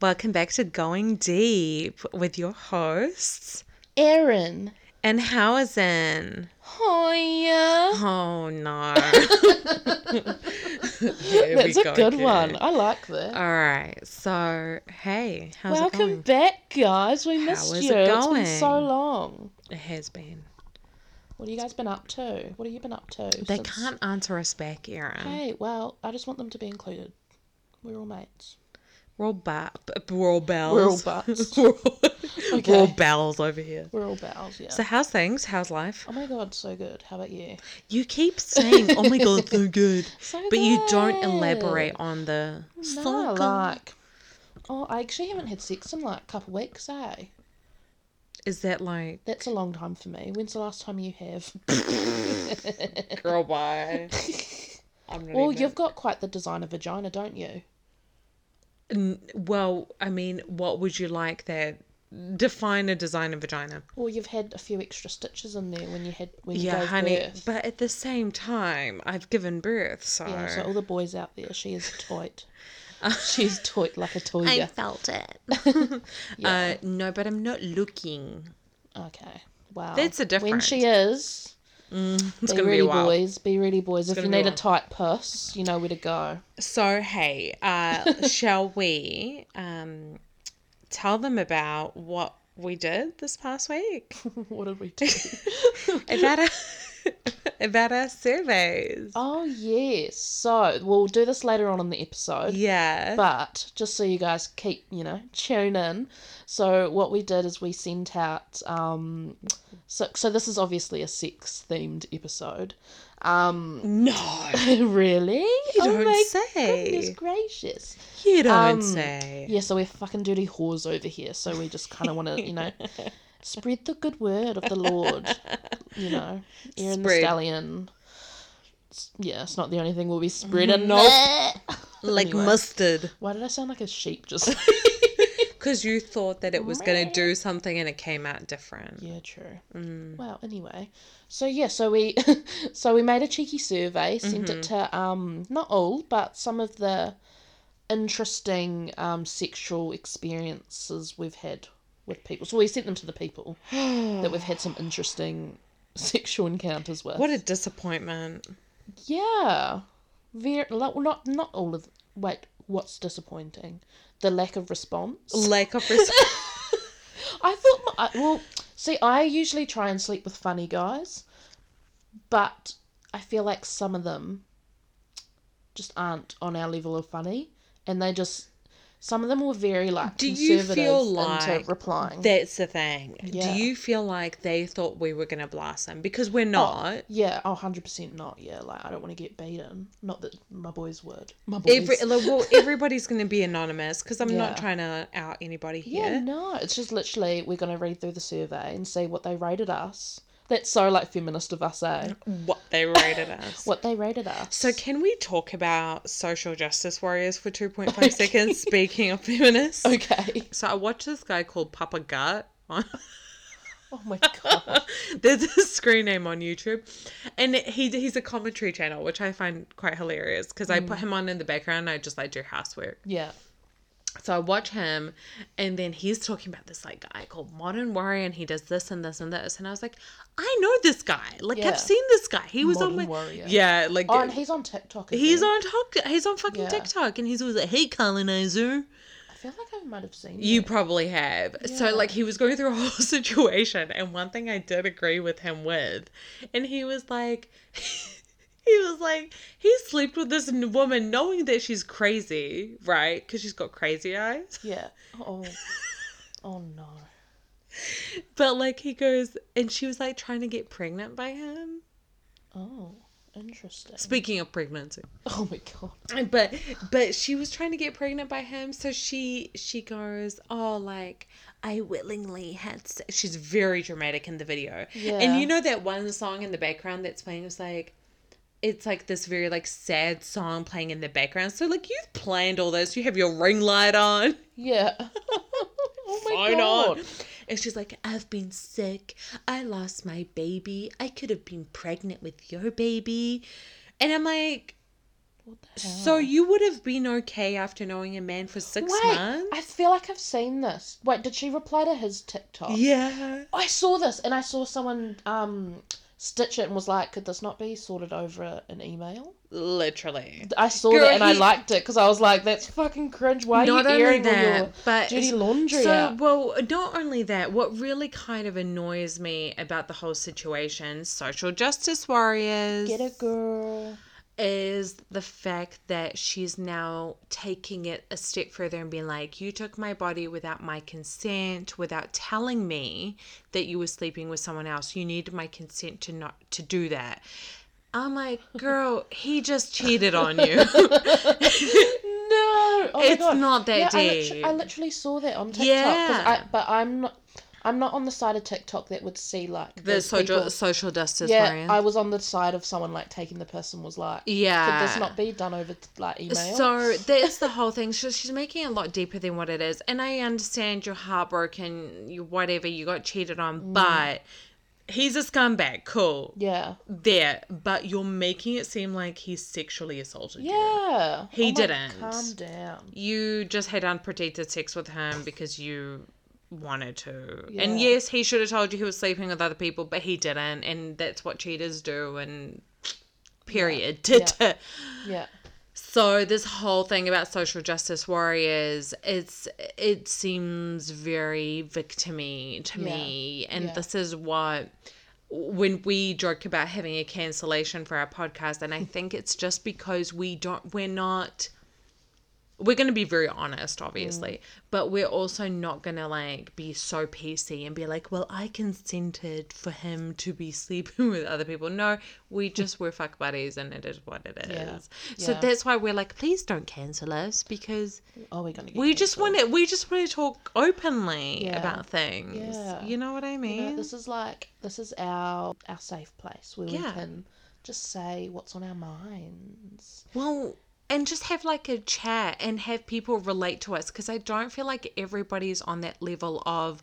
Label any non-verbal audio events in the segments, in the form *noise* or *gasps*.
Welcome back to Going Deep with your hosts, Aaron. and Housen. Oh yeah. Oh no. That's a good one. I like that. All right. So, hey, how's Welcome it going? back, guys. We missed is you. it It's been so going? long. It has been. What have you guys been up to? What have you been up to? They since- can't answer us back, Erin. Hey, well, I just want them to be included. We're all mates. We're all, ba- b- we're all bells. We're all *laughs* butts. we're, all, Okay. we're all bells over here. We're all pals, yeah. So, how's things? How's life? oh my god, so good. How about you? You keep saying, oh my god, *laughs* so good. So But you don't good. elaborate on the No, so good. like. Oh, I actually haven't had sex in like a couple weeks, eh? Is that like That's a long time for me. When's the last time you have? *laughs* girl *laughs* bye? I'm not well, you've got quite the designer vagina, don't you? well, I mean, what would you like there? Define a designer vagina. Well, you've had a few extra stitches in there when you had when you Yeah, gave honey. birth. But at the same time, I've given birth, so, Yeah, so all the boys out there, she is *laughs* toit. She's toit like a toy. I felt *laughs* it. uh, no, but I'm not looking. Okay. Wow. That's a Mm, When she is, It's be gonna be a ready, while. boys. Be ready, boys. if gonna you be a need a while. tight puss, you know where *laughs* to go. So hey, *laughs* uh, shall we um, tell them about what we did this past *laughs* week? what did we do? about our *laughs* about our surveys. oh yes. So we'll do this later on in the episode. Yeah. But just so you guys keep, you know, tune in. So what we did is we sent out um so so this is obviously a sex themed episode. Um *laughs* no. really? You oh don't my goodness say. gracious. You don't Um, say. *laughs* Yeah, so we're fucking dirty whores over here, so we just kinda wanna, *laughs* you know, spread the good word of the Lord. *laughs* You know. Aaron the Spread. Stallion. It's- Yeah, it's not the only thing we'll be spreading. Nope. Like Anyway. *laughs* mustard. Why did I sound like a sheep just Because you thought that it was going to do something and it came out different. Yeah, true. Well, anyway, so yeah, so we *laughs* so we made a cheeky survey, sent it to um not all, but some of the interesting um sexual experiences we've had with people. So we sent them to the people that we've had some interesting sexual encounters with. What a disappointment. Yeah. Very like, well, not not all of wait, what's disappointing? The lack of response. Lack of *laughs* respect. I thought, I, well, see, I usually try and sleep with funny guys, but I feel like some of them just aren't on our level of funny, and they just some of them were very like Do you conservative feel into like replying. That's the thing. Yeah. Do you feel like they thought we were going to blast them? Because we're not. yeah, oh, 100% not. Yeah, like I don't want to get beaten. Not that my boys would. My boys. Every, like, *laughs* well, everybody's going to be anonymous because I'm Yeah. not trying to out anybody here. yeah, no, it's just literally we're gonna read through the survey and see what they rated us. That's so like feminist of us, eh? What they rated us. What they rated us. So can we talk about social justice warriors for 2.5 seconds? Speaking of feminists. *laughs* okay. So I watched this guy called Papa Gut. on- *laughs* *laughs* Oh my god. There's a screen name on YouTube, and he he's a commentary channel, which I find quite hilarious because I put him on in the background. And I just like do housework, Yeah. so I watch him, and then he's talking about this like guy called Modern Warrior, and he does this and this and this, and I was like, I know this guy. Like Yeah. I've seen this guy. He was Modern on my Warrior. yeah, like Oh, and he's on TikTok. is he's he? on talk. He's on fucking Yeah. TikTok, and he's always like, "Hey, colonizer." I feel like I might have seen. You that. probably have. Yeah. So, like, he was going through a *laughs* whole situation, and one thing I did agree with him with, and he was like, *laughs* he was like, he slept with this n- woman knowing that she's crazy, right? Because she's got crazy eyes. Yeah. *laughs* Oh. oh no. But, like, he goes, and she was like trying to get pregnant by him. Oh, interesting. Speaking of pregnancy. Oh my god. but but she was trying to get pregnant by him so she she goes oh like i willingly had se-" she's very dramatic in the video Yeah. and you know that one song in the background that's playing was like it's like this very like sad song playing in the background so like you've planned all this you have your ring light on *laughs* Yeah. oh my phone god. on and she's like i've been sick i lost my baby i could have been pregnant with your baby and i'm like What the hell? So you would have been okay after knowing a man for six Wait, months? I feel like I've seen this. Wait, did she reply to his TikTok? Oh, yeah. I saw this and I saw someone um stitch it and was like, could this not be sorted over an email? Literally. I saw Girl, that and I he- liked it because I was like, that's fucking cringe. Why are Not you only airing all that, your but dirty laundry So, out? well, not only that, what really kind of annoys me about the whole situation, social justice warriors, Get a girl. is the fact that she's now taking it a step further and being like, You took my body without my consent, without telling me that you were sleeping with someone else. You needed my consent to not to do that. I'm like, girl, he just cheated on *laughs* you. No, oh my it's God. not that I, deep. literally, I literally saw that on TikTok. 'cause Yeah. I, but I'm not. I'm not on the side of TikTok that would see like the those social people- social justice Yeah, warriors. I was on the side of someone like taking the person was like, yeah. could this not be done over like email? So that's the whole thing. So she's making it a lot deeper than what it is, and I understand you're heartbroken, you whatever you got cheated on, Mm. but he's a scumbag. Cool, yeah, there. But you're making it seem like he sexually assaulted you. yeah. Oh He my- didn't. Calm down. You just had unprotected sex with him because you wanted to. And Yeah. yes, he should have told you he was sleeping with other people, but he didn't, and that's what cheaters do. And period. *laughs* Yeah. Yeah, So this whole thing about social justice warriors, it's it seems very victimy to me, and yeah. this is what when we joke about having a cancellation for our podcast, *laughs* and I think it's just because we don't we're not we're going to be very honest obviously Mm. but we're also not going to like be so pc and be like well i consented for him to be *laughs* sleeping with other people no we just were fuck buddies and it is what it is Yeah. so Yeah. that's why we're like please don't cancel us because oh, we're gonna. Get we just cancelled. want to we just want to talk openly Yeah. about things Yeah. you know what i mean You know, this is like this is our our safe place where Yeah. we can just say what's on our minds. Well, and just have like a chat and have people relate to us because I don't feel like everybody's on that level of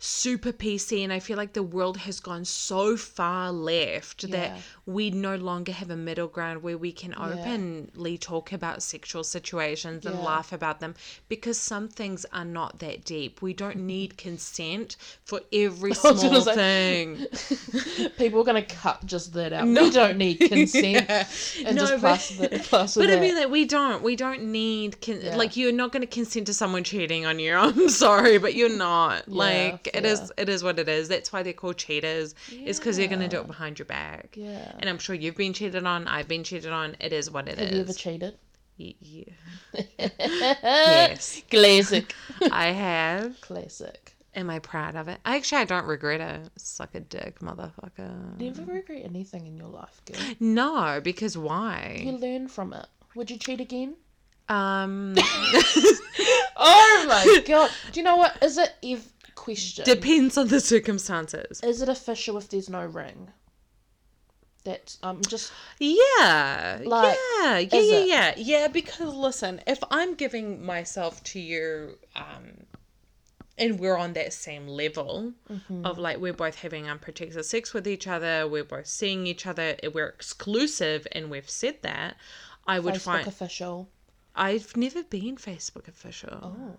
super PC. And I feel like the world has gone so far left Yeah. that we no longer have a middle ground where we can openly talk about sexual situations and Yeah. laugh about them because some things are not that deep. We *laughs* don't need consent for every I was gonna small say- thing. *laughs* People are gonna cut just that out. No. We don't need consent *laughs* Yeah. and No, but- just plus the *laughs* plus But that. I mean that we don't. We don't need con- Yeah. like you're not going to consent to someone cheating on you. *laughs* I'm sorry, but you're not. like it is. It is what it is. That's why they're called cheaters. It's because they're going to do it behind your back. yeah. And I'm sure you've been cheated on. I've been cheated on. It is what it is. Have you ever cheated? Y- yeah. yes, *laughs* *laughs* Classic. I have. Classic. Am I proud of it? Actually, I don't regret it. Suck a dick, motherfucker. Never regret anything in your life, girl. No, because why? You learn from it. Would you cheat again? *laughs* Um, *laughs* Oh my god. Do you know what? Is it ev question? depends on the circumstances. is it official if there's no ring? That's um just Yeah. Like, yeah. Yeah, is yeah, it? yeah. Yeah, because listen, if I'm giving myself to you um and we're on that same level mm-hmm. of like we're both having unprotected sex with each other, we're both seeing each other, we're exclusive and we've said that, I would Facebook find official, I've never been Facebook official. Oh.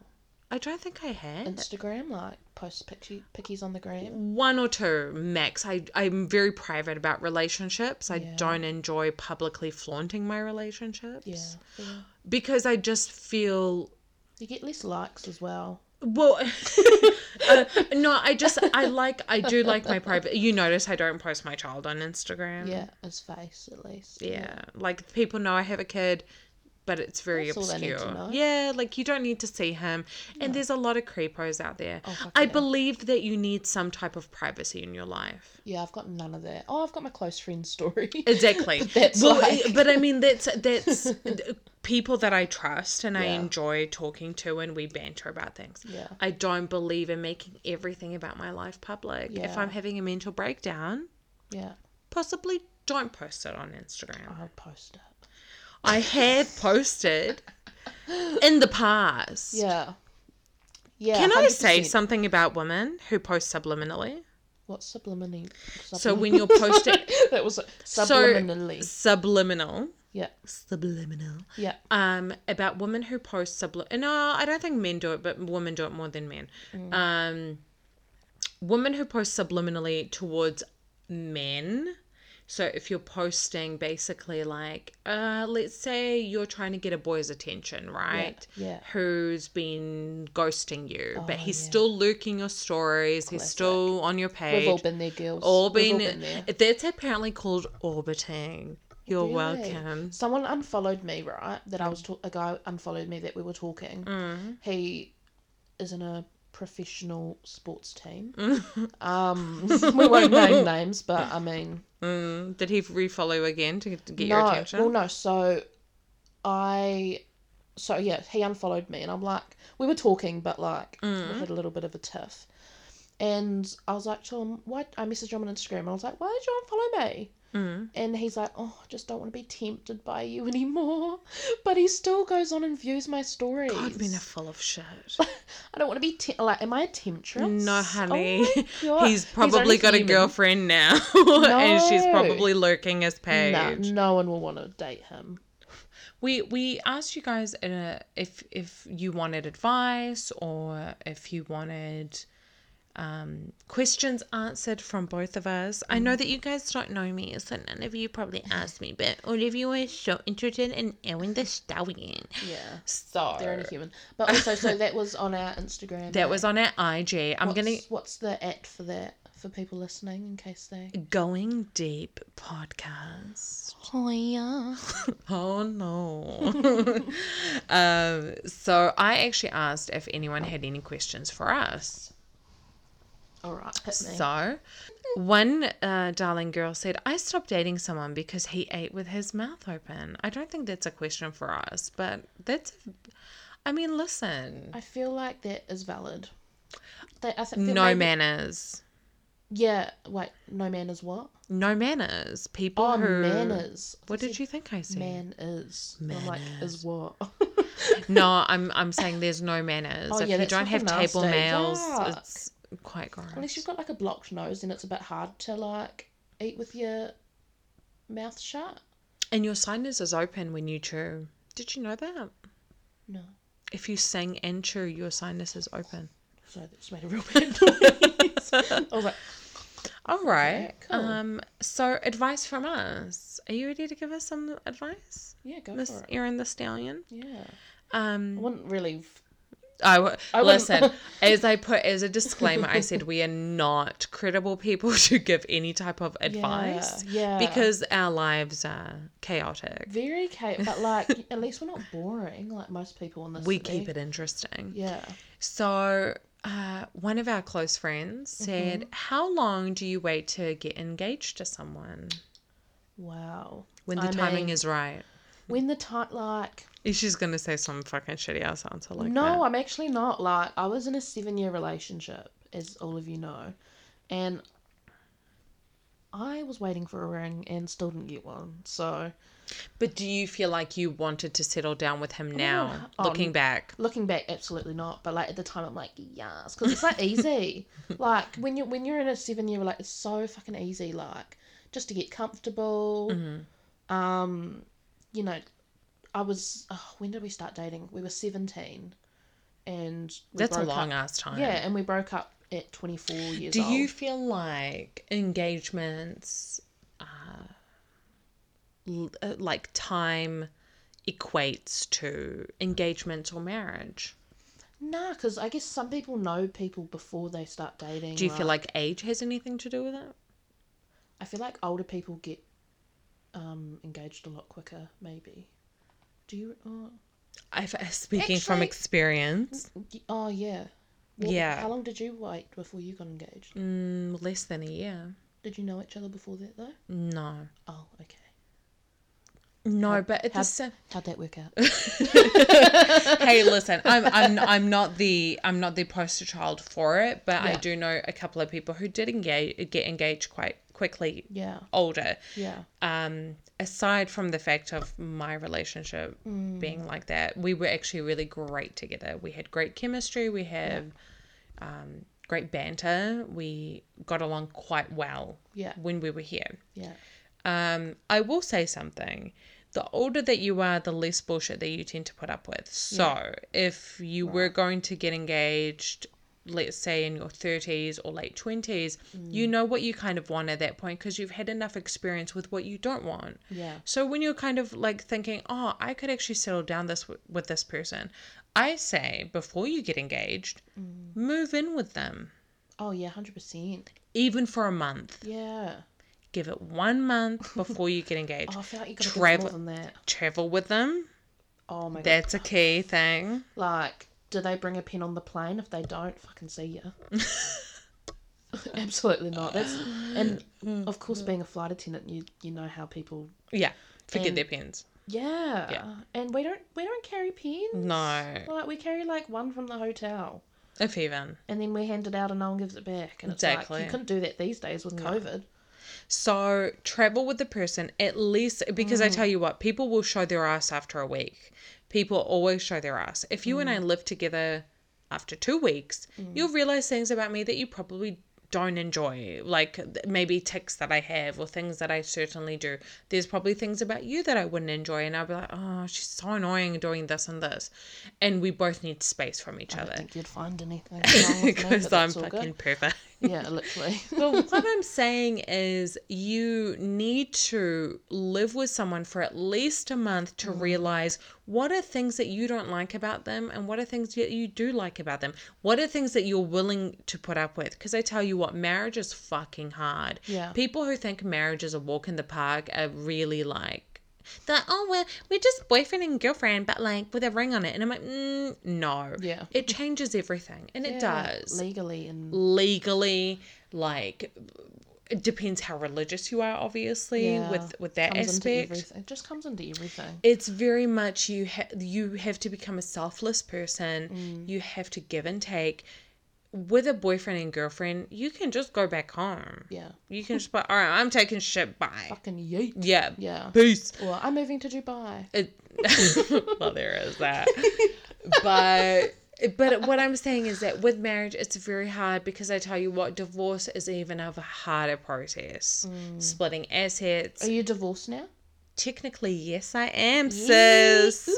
I don't think I have. Instagram, like post picture pickies on the gram. one or two max I, i'm very private about relationships i Yeah. don't enjoy publicly flaunting my relationships Yeah. yeah. because I just feel You get less likes as well. well. *laughs* uh, no, I just I like I do like my private. You notice I don't post my child on Instagram. Yeah, his face at least. Mm. yeah. Like people know I have a kid, but it's very That's all they need obscure. to know. Yeah, like you don't need to see him. And there's a lot of creepos out there. Oh, fuck I yeah. believe that you need some type of privacy in your life. Yeah, I've got none of that. Oh, I've got my close friend story. *laughs* Exactly. But that's well, like- but I mean that's *laughs* that's people that I trust and I Yeah. enjoy talking to and we banter about things. Yeah. I don't believe in making everything about my life public. If Yeah. I'm having a mental breakdown, yeah, possibly don't post it on Instagram. I'll post it. I *laughs* have posted in the past. Yeah. Yeah. Can I say 100%. something about women who post subliminally? What's subliminal? *laughs* So when you're posting that was so subliminally. subliminal Yeah. Subliminal. Yeah. Um, about women who post subliminal. No, I don't think men do it, but women do it more than men. Mm. Um, women who post subliminally towards men. So if you're posting basically like, uh, let's say you're trying to get a boy's attention, right? yeah. Who's been ghosting you, but Oh, he's yeah. still lurking your stories. He's Classic. still on your page. We've all been there, girls. All We've been, there. that's apparently called orbiting. You're Really? welcome. Someone unfollowed me, right? That I was ta- a guy unfollowed me that we were talking. Mm. He is in a professional sports team. *laughs* um, we won't name names, but I mean, Mm. Did he refollow again to to get your no, attention? well, no. So I, so yeah, he unfollowed me, and I'm like, we were talking, but like, Mm. we had a little bit of a tiff. And I was like, to him, why? I messaged him on Instagram, and I was like, why did you unfollow me? Mm. And he's like, oh, I just don't want to be tempted by you *laughs* anymore. But he still goes on and views my stories. God, *laughs* men are full of shit. I don't want to be te- like, am I a temptress? No, Oh honey. my *laughs* God. He's only probably got human. a girlfriend now, *laughs* and she's No. probably lurking his page. No, no one will want to date him. We we asked you guys in a, if if you wanted advice or if you wanted um, questions answered from both of us. I Mm. know that you guys don't know me, so none of you probably asked me, but all of you are so interested in Owen the Stallion. Yeah. So They're only human. But also, so that was on our Instagram. that was on our IG. I'm What's, gonna What's the at for that for people listening in case they. going deep podcast. Oh, yeah. *laughs* Oh no. *laughs* um, so I actually asked if anyone had any questions for us. All right, hit me. So one uh, darling girl said, I stopped dating someone because he ate with his mouth open. I don't think that's a question for us, but that's, I mean, listen, I feel like that is valid. They, I th- feel no maybe- manners. Yeah, wait, no man is what? No manners. People Oh, who. manners. What did you think I said? Man is. And I'm like, Manners. is what? *laughs* No, I'm I'm saying there's no manners. Oh, if yeah, you that's don't have fucking table nasty. manners, Yuck. it's quite gross. Unless you've got like a blocked nose and it's a bit hard to like eat with your mouth shut. And your sinus is open when you chew. Did you know that? No. If you sing and chew, your sinus is *laughs* open. *laughs* Sorry, that just made a real *laughs* bad noise. I was like, All right. cool. Um. So, advice from us. Are you ready to give us some advice, yeah, go Miss for it. Erin the Stallion? Yeah. I Um. wouldn't really. f- I, w- I wouldn't- *laughs* listen. as I put as a disclaimer, I said we are not credible people *laughs* to give any type of advice Yeah. yeah. because our lives are chaotic. Very chaotic, but like, at least we're not boring like most people in this We city. keep it interesting. Yeah. So, uh, one of our close friends Mm-hmm. said, How long do you wait to get engaged to someone Wow. when the I timing mean- is right? When the tight, like, She's going to say some fucking shitty ass answer like no, that. I'm actually not. Like, I was in a seven year relationship, as all of you know, and I was waiting for a ring and still didn't get one. So, But do you feel like you wanted to settle down with him now, oh, looking n- back? looking back, absolutely not. But like at the time, I'm like, yes, because it's *laughs* like easy. like when you when you're in a seven year, like it's so fucking easy. Like just to get comfortable. Mm-hmm. Um, you know, I was. Oh, when did we start dating? We were seventeen, and we That's a broke long up. ass time. Yeah, and we broke up at 24 years Do old. you feel like engagements, uh, l- uh, like time equates to engagement or marriage? Nah, because I guess some people know people before they start dating. Do you feel like age has anything to do with it? I feel like older people get um, engaged a lot quicker, maybe. Do you? Oh, I've, uh, *laughs* speaking from Actually- experience, y- oh yeah. Yeah. How long did you wait before you got engaged? mm, less than a year. Did you know each other before that though? Mm. No, Oh, okay. no, but at the *laughs* how'd- same. How'd that work out? hey, listen, I'm, I'm I'm not the I'm not the poster child for it, but I Yeah. do know a couple of people who did engage get engaged quite quickly yeah, older. yeah, Um, aside from the fact of my relationship being like that, we were actually really great together. We had great chemistry. We had um, great banter. We got along quite well yeah, when we were here. yeah. Um, I will say something. the older that you are, the less bullshit that you tend to put up with. So, if you were going to get engaged, let's say in your 30s or late 20s, you know what you kind of want at that point because you've had enough experience with what you don't want. Yeah. So, when you're kind of like thinking, oh, I could actually settle down this w- with this person, I say before you get engaged, move in with them, Oh yeah, hundred percent. even for a month. Yeah. Give it one month before you get engaged. Oh, I feel like you got to more Travel- than that. Travel with them. Oh my god. That's a key thing. Like, do they bring a pen on the plane? If they don't, fucking see *laughs* ya. *laughs* Absolutely not. That's and Mm. of course, being a flight attendant, you you know how people. Yeah. Forget And- their pens. Yeah. Yeah. Mm-hmm. And we don't we don't carry pens. No. Like we carry like one from the hotel, If even. and then we hand it out, and no one gives it back. And it's like Exactly. you couldn't do that these days with COVID. So travel with the person at least because Mm. I tell you what, people will show their ass after a week. People always show their ass. If you and Mm. I live together after two weeks, you'll realize things about me that you probably don't enjoy, like th- maybe ticks that I have or things that I certainly do. There's probably things about you that I wouldn't enjoy, and I'll be like, oh, she's so annoying doing this and this. And we both need space from each I don't other think you'd find anything *laughs* *laughs* wrong with me, but because I'm that's all good. fucking perfect. Yeah, *laughs* literally. But what I'm saying is, you need to live with someone for at least a month Mm-hmm. to realize what are things that you don't like about them and what are things that you do like about them. What are things that you're willing to put up with? Because I tell you what, marriage is fucking hard. Yeah. People who think marriage is a walk in the park are really like, they're like, oh, we're, we're just boyfriend and girlfriend, but like with a ring on it. And I'm like, mm, no. Yeah. It changes everything. And it Yeah, does legally and legally like it depends how religious you are obviously yeah, with with that comes into aspect everything. It just comes into everything. it's very much you ha- you have to become a selfless person Mm. you have to give and take with a boyfriend and girlfriend you can just go back home Yeah, you can just be, all right i'm taking shit bye fucking yeet. yeah Yeah. peace Or I'm moving to Dubai. it, *laughs* well, there is that. but but what I'm saying is that with marriage, it's very hard because I tell you what, divorce is even of a harder process. Splitting assets. Mm. Are you divorced now? Technically, yes, I am, *laughs* sis.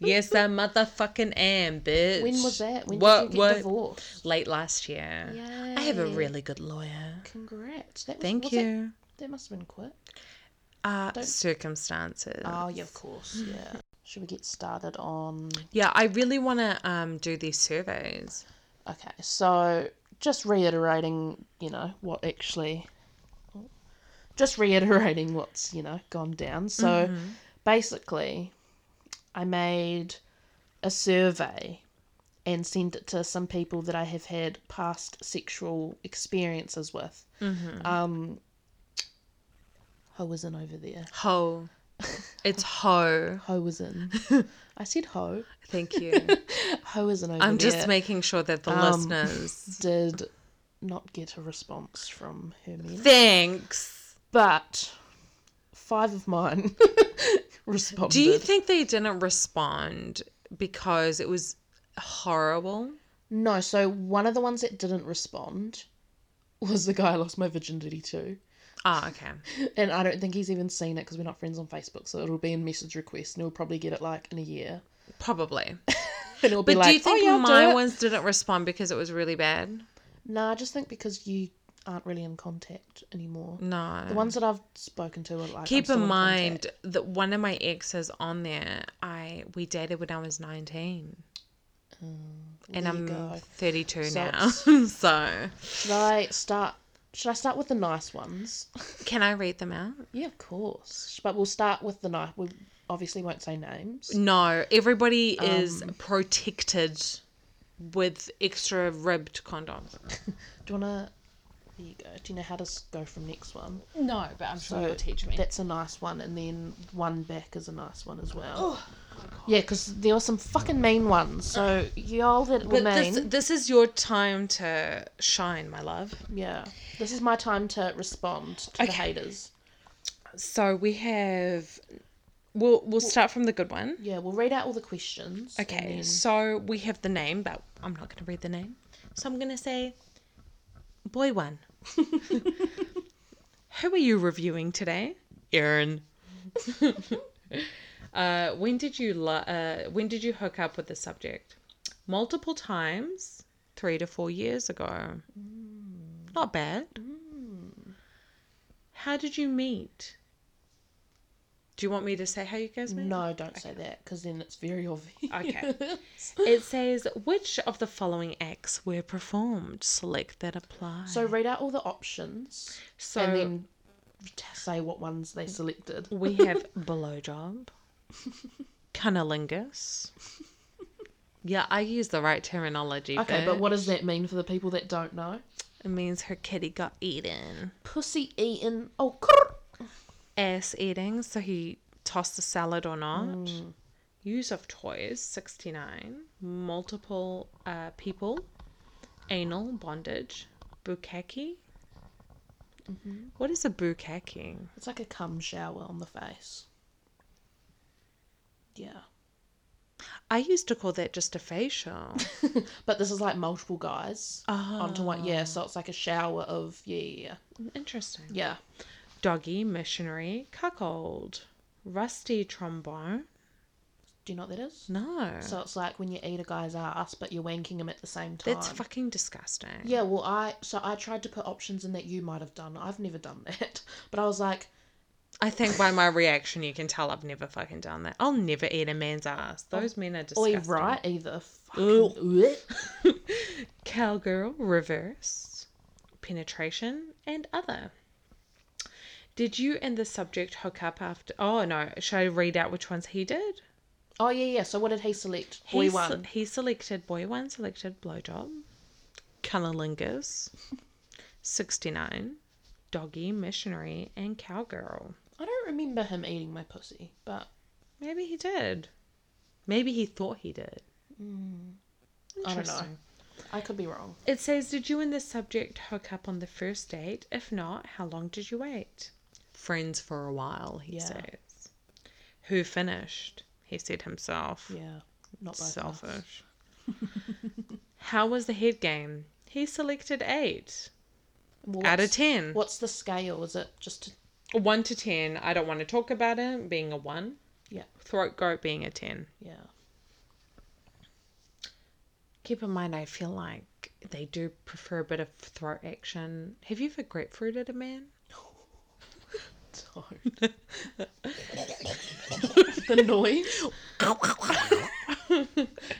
Yes, I motherfucking am, bitch. When was that? When What- did you get what- divorced? Late last year. I have a Yay. really good lawyer. Congrats. That was, Thank was That, you. that must have been quick. Uh, circumstances. Oh yeah, of *laughs* course. Yeah. Should we get started on? Yeah, I really want to um, do these surveys. Okay, so just reiterating, you know, what actually. Just reiterating what's, you know, gone down. So Mm-hmm. basically, I made a survey and sent it to some people that I have had past sexual experiences with. Mm-hmm. Um, Ho was in over there. Ho. It's ho. Ho was in. *laughs* I said ho. Thank you. Ho was in over *laughs* I'm there. just making sure that the Um, listeners. did not get a response from her men, Thanks. but five *laughs* of mine responded. Do you think they didn't respond because it was horrible? no, so one of the ones that didn't respond was the guy I lost my virginity to, Ah, okay. and I don't think he's even seen it because we're not friends on Facebook, so it'll be in message request, and he'll probably get it like in a year, Probably. and it'll be But like, do you think "Oh yeah, I'll do my it." ones didn't respond because it was really bad? Nah, I just think because you aren't really in contact anymore. No. The ones that I've spoken to are like I'm Keep still in contact. mind that one of my exes on there, I we dated when I was 19. and Mm, there you I'm go. 32 So now. *laughs* so, Should I start? Should I start with the nice ones? can I read them out? Yeah, of course. But we'll start with the knife. We obviously won't say names. No, everybody is protected with extra ribbed condoms. Do you wanna? There you go. Do you know how to s- go from next one? No, but I'm sure So That's a nice one, and then one back is a nice one as well. Oh, Yeah, because there were some fucking mean ones. So y'all that were But mean. this, this is your time to shine, my love. Yeah, this is my time to respond to the Okay. haters. So we have, we'll we'll start from the good one. Yeah, we'll read out all the questions. and Okay, then- so we have the name, but I'm not going to read the name. So I'm going to say, boy one. Who are you reviewing today? Aaron. Uh, when did you lo- uh, when did you hook up with the subject? Multiple times, three to four years ago. Not bad. How did you meet? Do you want me to say how you guys met? No, don't say that because then it's very obvious. Okay. It says which of the following acts were performed. Select that apply. *laughs* so read out all the options So and then t- say what ones they selected. *laughs* we have blowjob, cunnilingus. Yeah, I use the right terminology. Okay, but what does that mean for the people that don't know? it means her kitty got eaten. Pussy eating. Oh, crrr. ass eating, so he tossed the salad or not. Mm. Use of toys, 69. Multiple uh, people. Anal bondage. Bukkake. Mm-hmm. What is a bukkake? it's like a cum shower on the face. Yeah, *laughs* I used to call that just a facial. *laughs* but this is like multiple guys onto Oh, one. Yeah, so it's like a shower of yeah, yeah, interesting. yeah. Doggy, missionary, cuckold. Rusty trombone? Do you know what that is? No. So it's like when you eat a guy's ass, but you're wanking him at the same time. That's fucking disgusting. Yeah, well, I so I tried to put options in that you might have done. I've never done that, *laughs* but I was like, I think by my reaction, you can tell I've never fucking done that. I'll never eat a man's ass. Those men are "Oi, disgusting. Oh, right either." Fucking, Ew. bleh. Cowgirl, reverse, penetration, and other. Did you and the subject hook up after? Oh no, should I read out which ones he did? Oh yeah, yeah. So what did he select? he Boy se- one. he selected boy one, selected blowjob, cunnilingus, sixty nine, doggy, missionary, and cowgirl. I don't remember him eating my pussy, but Maybe he did. Maybe he thought he did. Hmm. I don't know. Interesting. I could be wrong. It says, Did you and the subject hook up on the first date? If not, how long did you wait? Friends for a while, he Yeah. says. Who finished? He said himself. Yeah, not both of us. Selfish. how was the head game? He selected eight Well, out of what's- ten. What's the scale? Is it just to, One to ten. I don't want to talk about it being a one. Yeah. Throat goat being a ten. yeah? Keep in mind, I feel like they do prefer a bit of throat action. Have you ever grapefruited a *laughs* man? *laughs* the noise.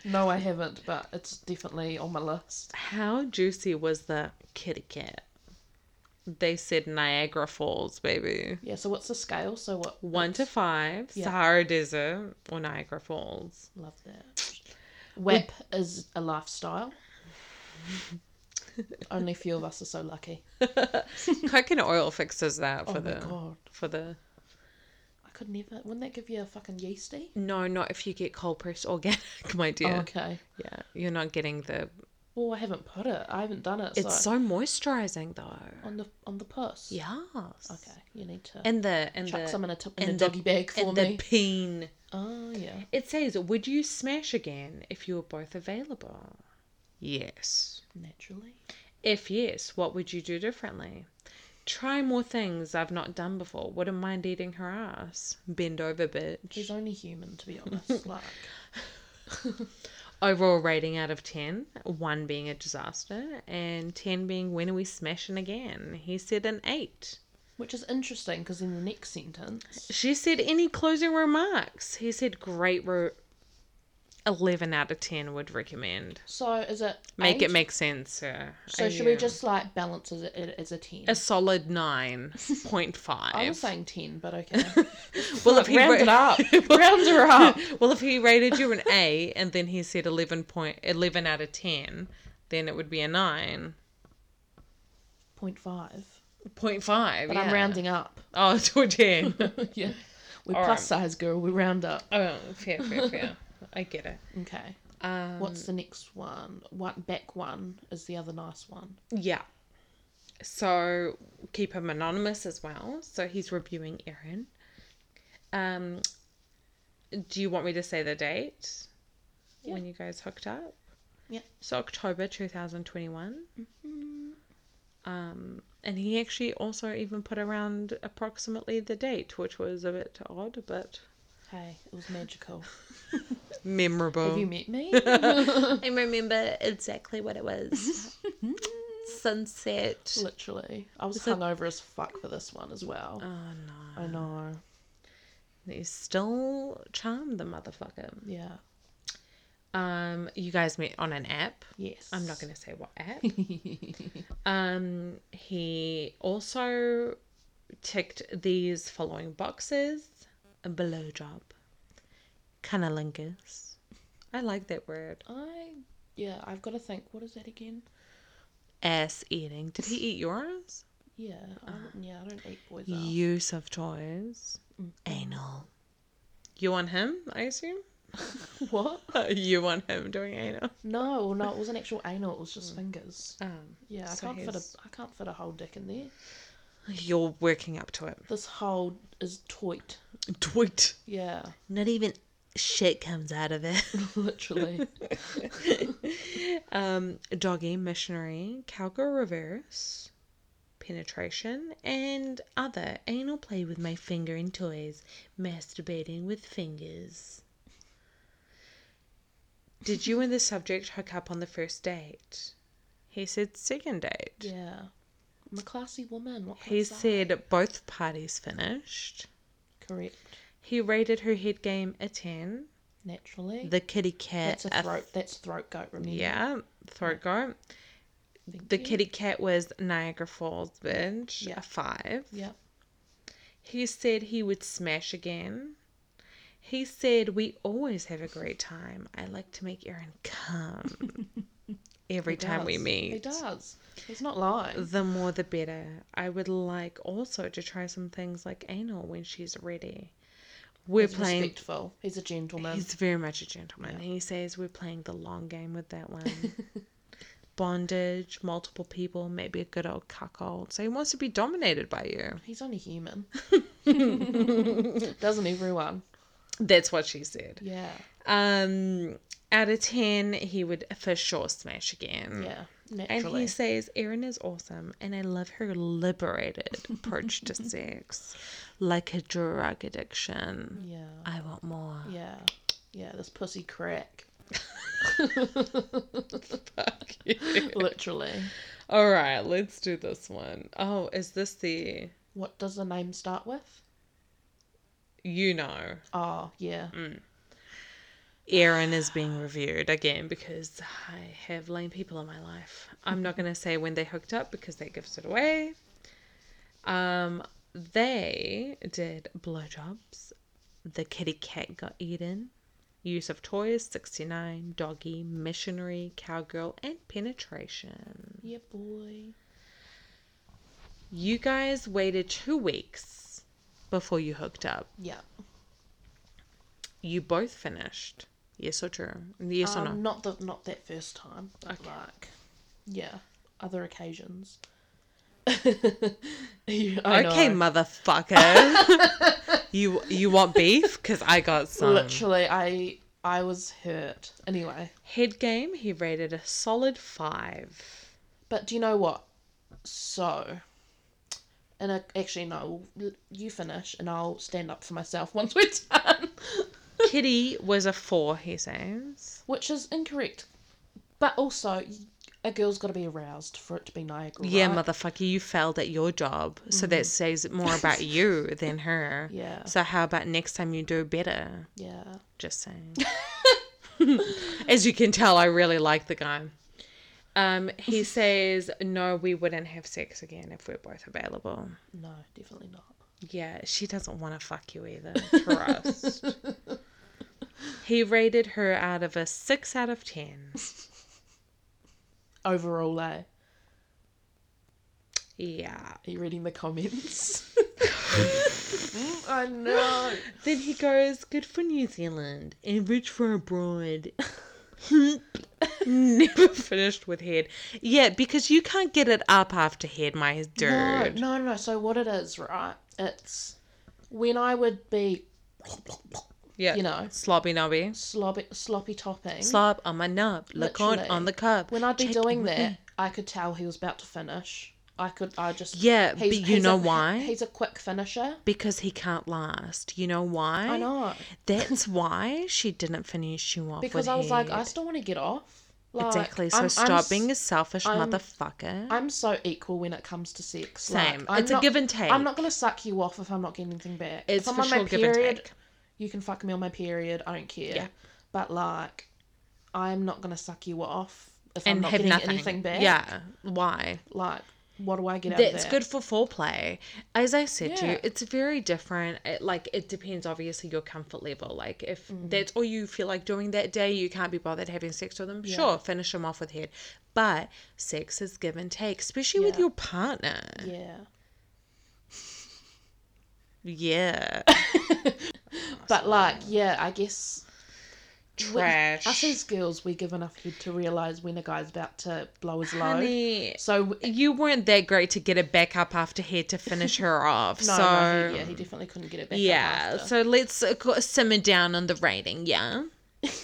No, I haven't, but it's definitely on my list. How juicy was the kitty cat? They said Niagara Falls, baby. Yeah. So what's the scale? So what? One to five, Yeah. Sahara Desert or Niagara Falls. *laughs* Love that. WAP is *laughs* a lifestyle. Only few of us are so lucky. Coconut oil fixes that for oh the my god. for the I could never. Wouldn't that give you a fucking yeasty? no, not if you get cold pressed organic, *laughs* my dear. Oh, okay. Yeah, you're not getting the. Well, I haven't put it. I haven't done it. It's so, so moisturizing though. on the on the puss. Yes. Okay. You need to And the and chuck the some in a, t- in a and the- doggy bag for and me. the peen. Oh yeah. It says, "Would you smash again if you were both available?" Yes. Naturally. If yes, what would you do differently? Try more things I've not done before. Wouldn't mind eating her ass. Bend over, bitch. He's only *laughs* human, to be honest. like Overall rating out of 10, 1 being a disaster, and 10 being when are we smashing again? He said an 8. Which is interesting because in the next sentence, She said any closing remarks? He said great. Re- 11 out of 10 would recommend. so is it Make eight? it make sense, sir. So Are should we you- just like balance as a, as a ten? A solid *laughs* 9.5. I was saying ten, *laughs* but okay. well, if he round ra- it up, round her up. *laughs* well, if he rated you an A and then he said 11, point, 11 out of 10, then it would be a 9.5. Point five, But but I'm *laughs* rounding up. Oh, to a *laughs* 10. yeah, we're All plus size girl. We round up. oh, fair, fair, fair. I get it. Okay. Um, What's the next one? What back one is the other nice one? Yeah. So keep him anonymous as well. So he's reviewing Erin. Um, do you want me to say the date Yeah. when you guys hooked up? Yeah. Mm-hmm. So October 2021. Um, and he actually also even put around approximately the date, which was a bit odd, but Hey, it was magical. Memorable. Have you *laughs* met me? I remember exactly what *laughs* it was. Sunset. Literally. I was Was it- hungover as fuck for this one as well. oh I no. know. You still charm the motherfucker. Yeah. Um, you guys met on an app. Yes. I'm not *laughs* going to say what app. to. um, he also ticked these following boxes: a blowjob, cunnilingus. I like that word. I. Yeah, I've got to think. What is that again? Ass eating. Did he eat yours? Yeah. I don't- yeah, I don't eat boys. out. Use of toys. Anal. Mm. You on him? I assume. *laughs* *laughs* What? you on him doing anal? No, well, no, it wasn't actual anal. It was just fingers. Um, Yeah, I So can't fit a. he's- I can't fit a whole dick in there. you're working up to it. This hole is toit. Tweet. Yeah, *laughs* Not even shit comes out of it. *laughs* literally. um, doggy, missionary, cowgirl reverse, penetration, and other anal play with my finger and toys, masturbating with fingers. Did you and the subject hook up on the first date? He said second date. yeah, I'm a classy woman. What can I He say? said both parties finished. correct. He rated her head game a 10. Naturally, The kitty cat that's a a throat. That's throat goat. Remember? Yeah, throat goat. Thank The you. kitty cat was Niagara Falls bitch, Yeah. a five. Yeah. He said he would smash again. He said we always have a great time. I like to make Aaron come *laughs* every he time we does. meet. he does. He's not lying. The more the better. I would like also to try some things like anal when she's ready. We're He's playing respectful. He's a gentleman. He's very much a gentleman. He says we're playing the long game with that *laughs* one. Bondage, multiple people, maybe a good old cuckold. So he wants to be dominated by you. He's *laughs* only human. *laughs* Doesn't everyone? That's what she said. Yeah. Um, out of ten, he would for sure smash again. Yeah. Mm. And Naturally. he says Erin is awesome, and I love her liberated *laughs* approach to sex, like a drug addiction. Yeah. I want more. Yeah. Yeah. This *laughs* pussy crack. Fuck you. Literally. All right, let's do this one. Oh, is this the What does the name start with? you know, Oh, yeah. Mm. Aaron is being reviewed again because I have lame people in my life. I'm not going to say when they hooked up because that gives it away. Um, they did blowjobs. The kitty cat got eaten. Use of toys, 69, doggy, missionary, cowgirl, and penetration. Yeah, boy. You guys waited two weeks before you hooked up. Yeah. You both finished. Yes or true? Yes or no? Um, not the not that first time. But Okay. Like, yeah, other occasions. *laughs* You- I okay, know. motherfucker. *laughs* you you want beef? Because I got some. Literally, I I was hurt. Anyway, Head game. He rated a solid five. but do you know what? So, and I, actually no, l- you finish, and I'll stand up for myself *laughs* once we're done, Kitty was a four. He says. which is incorrect. But also, a girl's got to be aroused for it to be Niagara. Yeah, right? Mm-hmm. motherfucker, you failed at your job. So that says more about *laughs* you than her. Yeah. So how about next time you do better? Yeah. Just *laughs* saying. As you can tell, I really like the guy. Um, *laughs* he says, no, we wouldn't have sex again if we're both available. No, definitely not. Yeah, she doesn't want to fuck you either. *laughs* Trust. he rated her out of a six out of ten. Overall, eh? Yeah. Are you reading the comments? I know. Then he goes, "Good for New Zealand, and rich for abroad." *laughs* Never finished with head. Yeah, because you can't get it up after head, my dude. No, Oh, no, no. So what it is, right? It's when I would be, yeah, you know, sloppy nobby. sloppy, sloppy topping. Slop on my knob, look on Literally. on the cup. when I'd be Check doing my- that, I could tell he was about to finish. I could. I just. Yeah, but you know a- why? He's a quick finisher. because he can't last. You know why? I know. That's why she didn't finish you off. Because with I was like, head. I still want to get off. Like, exactly. So I'm- I'm stop s- being a selfish I'm- motherfucker. I'm so equal when it comes to sex. Like, Same. I'm it's not- a give and take. I'm not gonna suck you off if I'm not getting anything back. It's if I'm for on sure my give and period, take. you can fuck me on my period. I don't care. Yeah. But like, I'm not gonna suck you off if I'm and not have getting nothing. anything back. Yeah. Why? Like, what do I get out of That's that? good for foreplay. As I said to you, Yeah. it's very different. It, like it depends, obviously, your comfort level. Like if Mm-hmm. that's all you feel like doing that day, you can't be bothered having sex with them. Sure, finish them off with head. But sex is give and take, especially with Yeah. your partner. Yeah. Yeah. But like, yeah, I guess we- Trash. us as girls, we give enough head to realize when a guy's about to blow his load. Honey, So w- you weren't that great to get it back up after head to finish her off. no, so no, he, yeah, he definitely couldn't get it back. up yeah. after. So let's uh, go- simmer down on the rating. Yeah. yeah. *laughs*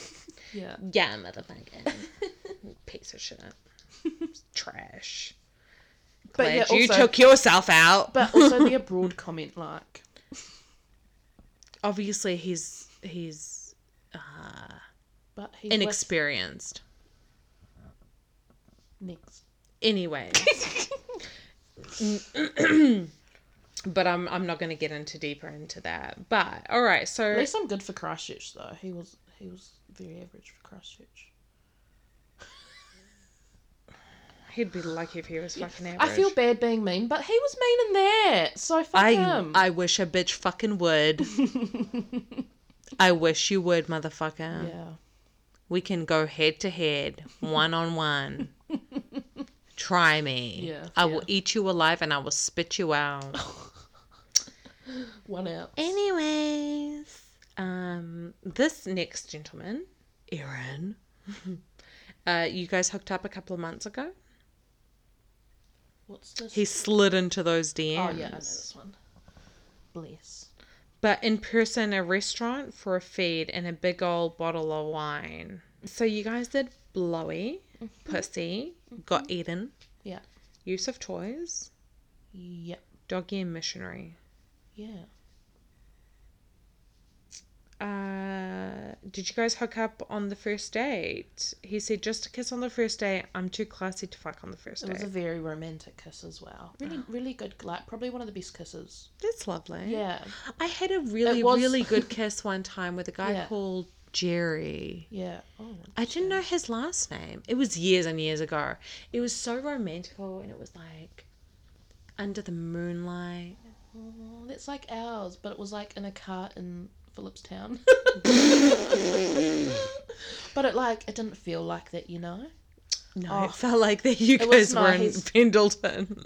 Yeah, motherfucker. *laughs* Piece of shit. Trash. But yeah, Glad you also- took yourself out. *laughs* But also the abroad comment, like, obviously he's he's but he's with- inexperienced. next. *laughs* Anyway. *clears throat* but I'm I'm not gonna get into deeper into that. But all right, so At least I'm good for Christchurch though. He was he was very average for Christchurch. he'd be lucky if he was fucking average. I feel bad being mean, but he was mean in that, so fuck I him. I wish a bitch fucking *laughs* would. I wish you would, motherfucker. yeah, We can go head to *laughs* head, one on one. Try me. Yeah, Oh. I will fair. eat you alive and I will spit you *laughs* out. one out. Anyways, um, this next gentleman, *laughs* Aaron, uh, you guys hooked up a couple of months ago. What's this? He slid into those DMs. oh yeah, I know this one. Bless. but in person a restaurant for a feed and a big old bottle of wine. So you guys did blowy, pussy, got eaten, Mm-hmm. Yeah. use of toys, Yep. doggy and missionary. Yeah. Uh, did you guys hook up on the first date? He said just a kiss on the first date. I'm too classy to fuck on the first It was date. a very romantic kiss as well. Ah. Really, really good. Like probably one of the best kisses. That's lovely. Yeah. I had a really, It was- really *laughs* good kiss one time with a guy Yeah. called Jerry. Yeah. Oh. I didn't know his last name. It was years and years ago. It was so romantical and it was like under the moonlight. *laughs* oh, that's like ours, but it was like in a car in Phillipstown. *laughs* but it like it didn't feel like that, you know. No, Oh. it felt like that you It was guys were in nice. *laughs* Pendleton.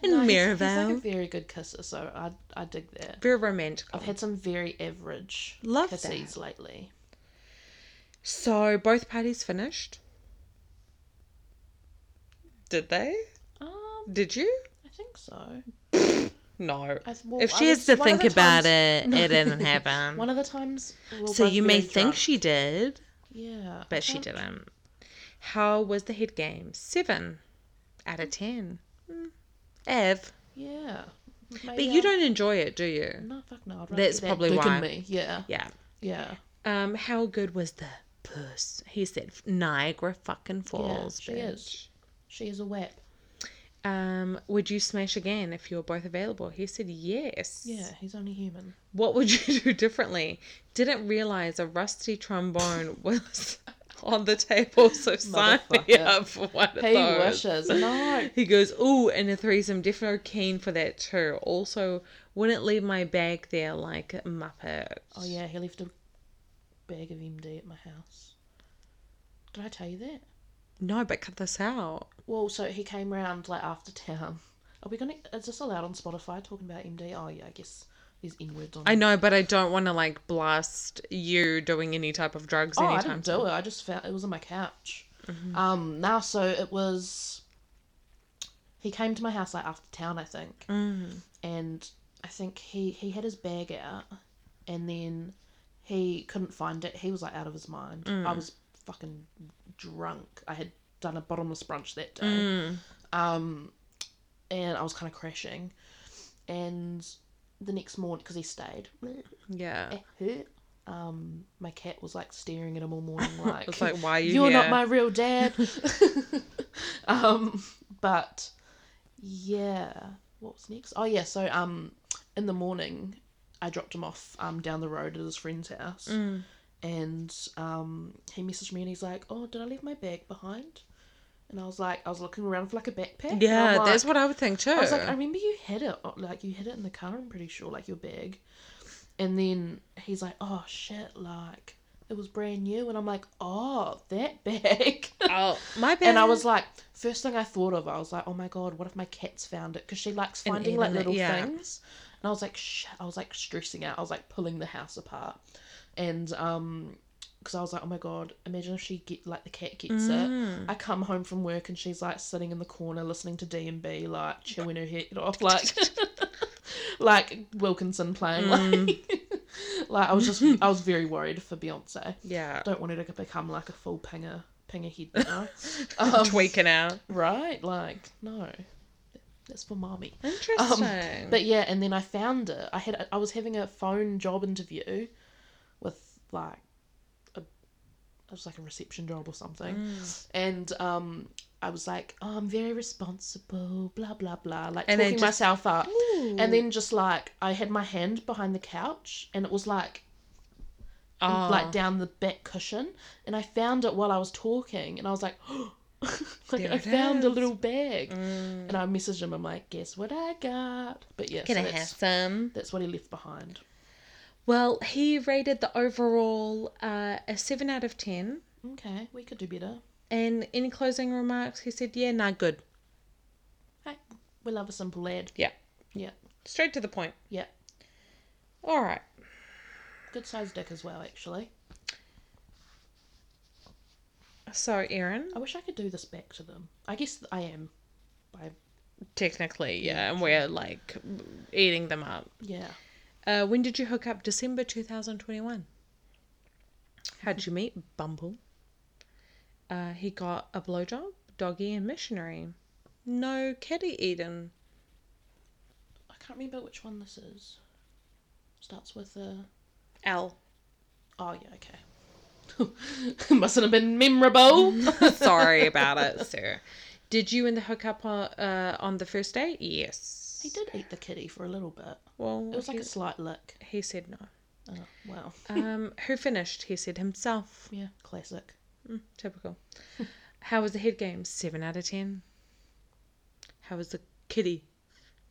in No, he's- he's, Maryvale. like a very good kisser, so I I dig that. Very romantic. I've had some very average Love that. kisses lately. So both parties finished. Did they? Um, Did you? I think so. No. I, well, if I she has was- to one of think the about times- it, *laughs* it didn't happen. One of the times. we were so both you may very think drunk. she did. Yeah. I But she can't- didn't. How was the head game? Seven out of ten. Mm. Ev. Yeah. But you don't enjoy it, do you? No, fuck no. I'd rather That's get that probably dick in why. Me. Yeah. Yeah. Yeah. Um, how good was the puss? He said Niagara fucking falls. she bitch. is. She is a web. Um, would you smash again if you were both available? He said yes. Yeah. He's only human. What would you *laughs* do differently? Didn't realize a rusty trombone *laughs* was on the table, so sign me Motherfucker. up for one of He those. *laughs* wishes. No. He goes, ooh, and a threesome, definitely keen for that too. Also, wouldn't leave my bag there like a muppet. Oh yeah. He left a bag of MD at my house. Did I tell you that? No, but cut this out. Well, so he came round like after town. Are we gonna? Is this allowed on Spotify? Talking about MD? Oh yeah, I guess there's n words on. I know, but I don't want to like blast you doing any type of drugs oh, I anytime. Mm-hmm. didn't do it. I just found it was on my couch. Um, now so it was. He came to my house like after town, I think, Mm-hmm. and I think he he had his bag out, and then he couldn't find it. He was like out of his mind. I Mm. was Mm. fucking drunk. I had done a bottomless brunch that day. Um, and I was kind of crashing. And the next morning, because he stayed, Yeah. um, my cat was like staring at him *laughs* all morning, like, It's like, why are you "You're here? not my real dad." *laughs* um, but yeah, what was next? Oh yeah, so um, in the morning, I dropped him off um down the road at his friend's house, Mm. and um, he messaged me and he's like, "Oh, did I leave my bag behind?" And I was like, I was looking around for like a backpack. and Yeah, I'm like- that's what I would think too. uh, I was like, I remember you had it, uh, like you had it in the car. I'm pretty sure, like your bag. And then he's like, "Oh shit!" Like it was brand new, and I'm like, "Oh, that *laughs* bag." oh, my bad. and I was like, first thing I thought of, I was like, "Oh my god, what if my cat's found it?" Because she likes And finding like eaten it, little yeah. things. And I was like, shit. I was like stressing out. I was like pulling the house apart, and um, because I was like, "Oh my god, imagine if she get like the cat gets it." Mm. I come home from work and she's like sitting in the corner listening to D and B, like chewing her head off, like *laughs* like Wilkinson playing. Like, *laughs* like I was just I was very worried for Beyonce. yeah. Don't want her to become like a full pinger pinger head now, *laughs* um, Tweaking out. right? Like no, that's for mommy. Interesting. Um, But yeah, and then I found it. I had I was having a phone job interview with like a it was like a reception job or something. Mm. And um I was like, oh, I'm very responsible, blah blah blah, like And they talking just- myself up. Ooh. And then just like I had my hand behind the couch and it was like in- oh. like down the back cushion and I found it while I was talking and I was like *gasps* like There I it found a is. little bag. Mm. And I messaged him. I'm like, guess what I got? But yeah, so Can I have that's, some? that's what he left behind. Well, he rated the overall uh, a 7 out of 10. Okay, we could do better. And in closing remarks, he said, yeah, nah, good. Hey, we love a simple lad. Yeah. Yeah, Straight to the point. yeah. All right. Good sized dick as well, actually. So, Erin, I wish I could do this back to them. I guess I am. By technically, yeah, and we're like eating them up. yeah. Uh, when did you hook up? December 2021. How'd you meet? Bumble. Uh, he got a blowjob, doggy, and missionary. No kitty Eden. I can't remember which one this is. Starts with a. L. Oh yeah, okay. *laughs* Mustn't have been memorable. Sorry about it, sir. Did you and the hookup on, uh, on the first date? Yes. he did eat the kitty for a little bit. Well, It was like he, a slight lick. he said no. Oh wow. Um, who finished? He said himself. Yeah, classic. Mm, *laughs* typical. How was the head game? Seven out of ten. How was the kitty?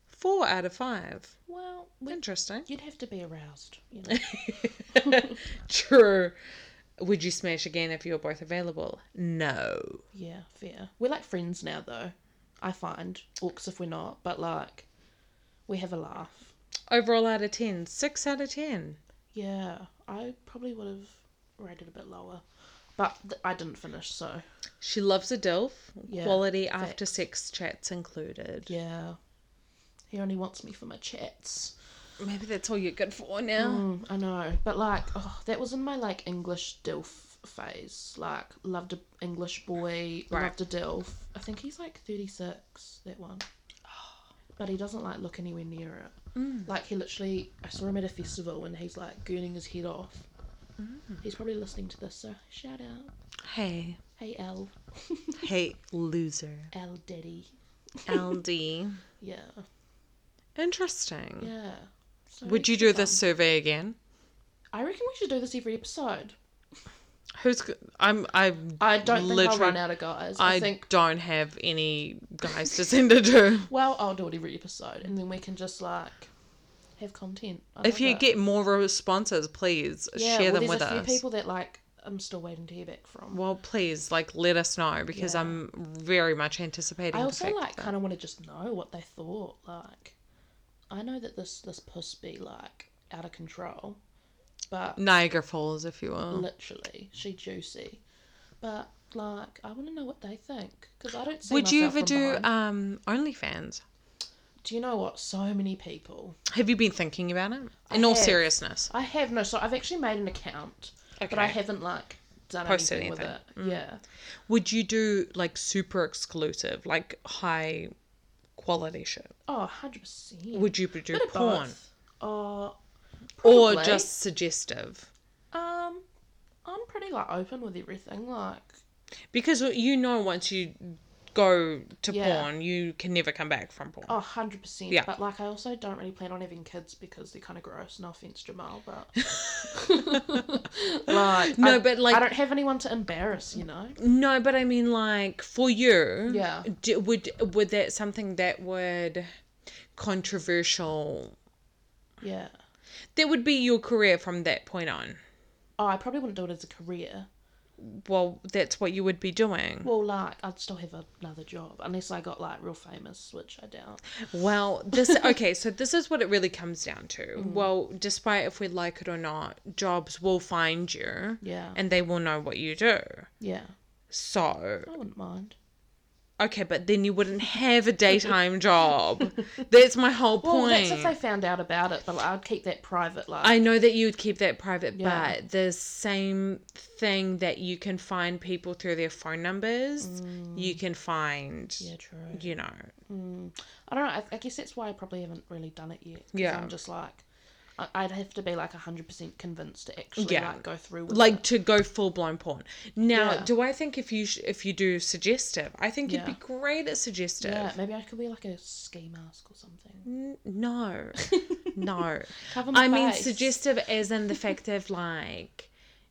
Four out of five. Well, we, Interesting. *laughs* you'd have to be aroused. You *laughs* know. True. Would you smash again if you were both available? No. Yeah, fair. We're like friends now, though. I find orcs if we're not, but like, we have a laugh. Overall out of ten, six out of ten. Yeah, I probably would have rated a bit lower, but th- I didn't finish, so She loves a DILF. Yeah, Quality after sex chats included. yeah. He only wants me for my chats. Maybe that's all you're good for now. Mm, I know, but like, oh, that was in my like English dilf phase. Like, loved a English boy, Right. loved a dilf. I think he's like thirty six. That one, but he doesn't like look anywhere near it. Mm. Like he literally, I saw him at a festival and he's like gurning his head off. Mm. He's probably listening to this, so shout out, Hey. hey *laughs* L, Hey, loser. L Daddy. LD. Yeah, *laughs* Interesting. yeah. So Would you do this survey again? I reckon we should do this every episode. Who's g- I'm I I don't think I'll Literally- run out of guys. I, I think don't have any guys to send it *laughs* to. Well, I'll do it every episode, and then we can just like have content. I If love you it. get more responses, please share yeah, well, them there's with a few us. people that like I'm still waiting to hear back from. Well, please like let us know because Yeah. I'm very much anticipating. I the also fact like that- kind of want to just know what they thought. Like, I know that this this puss be like out of control, but Niagara Falls, if you will. literally she juicy. But like, I want to know what they think because I don't. See Would you myself ever from do behind. um OnlyFans? do you know what? So many people. Have you been thinking about it? I In all have. seriousness, I have no. So I've actually made an account, but I Okay. haven't like done Posted Mm. anything, with it. anything. Yeah. would you do like super exclusive, like high quality shit. Oh, 100%. Would you do Bit of porn both. Oh, or probably. just suggestive? Um, I'm pretty like open with everything. Like, Because uh, you know, once you go to Yeah. porn, you can never come back from porn. oh, 100%. Yeah. But like, I also don't really plan on having kids because they're kind of gross. No offense, Jamal, *laughs* but *laughs* like, No, I- but, like- I don't have anyone to embarrass. You know. No, but I mean, like for you, Yeah. d- would would that something that would controversial? Yeah. That would be your career from that point on. Oh, I probably wouldn't do it as a career. Well, that's what you would be doing. Well, like, I'd still have another job unless I got like real famous, which I doubt. Well, *laughs* this okay, so this is what it really comes down to. Mm. Well, despite if we like it or not, jobs will find you Yeah. and they will know what you do. yeah. So, I wouldn't mind. okay, but then you wouldn't have a *laughs* daytime job. That's my whole Well, point. that's if they found out about it, but like, I'd keep that private. Like, I know that you would keep that private, Yeah. but the same thing that you can find people through their phone numbers, you can find, Mm. yeah, true. you know. I don't know. I, I guess that's why I probably haven't really done it yet. 'cause Yeah. I'm just like, I, I'd have to be like hundred percent convinced to actually Yeah. like go through. With Like it. to go full blown porn. Now, Yeah. do I think if you sh- if you do suggestive, I think you'd Yeah. be great at suggestive. yeah, maybe I could wear like a ski mask or something. N- *laughs* no, no. Cover my I mean face. suggestive as in the fact of like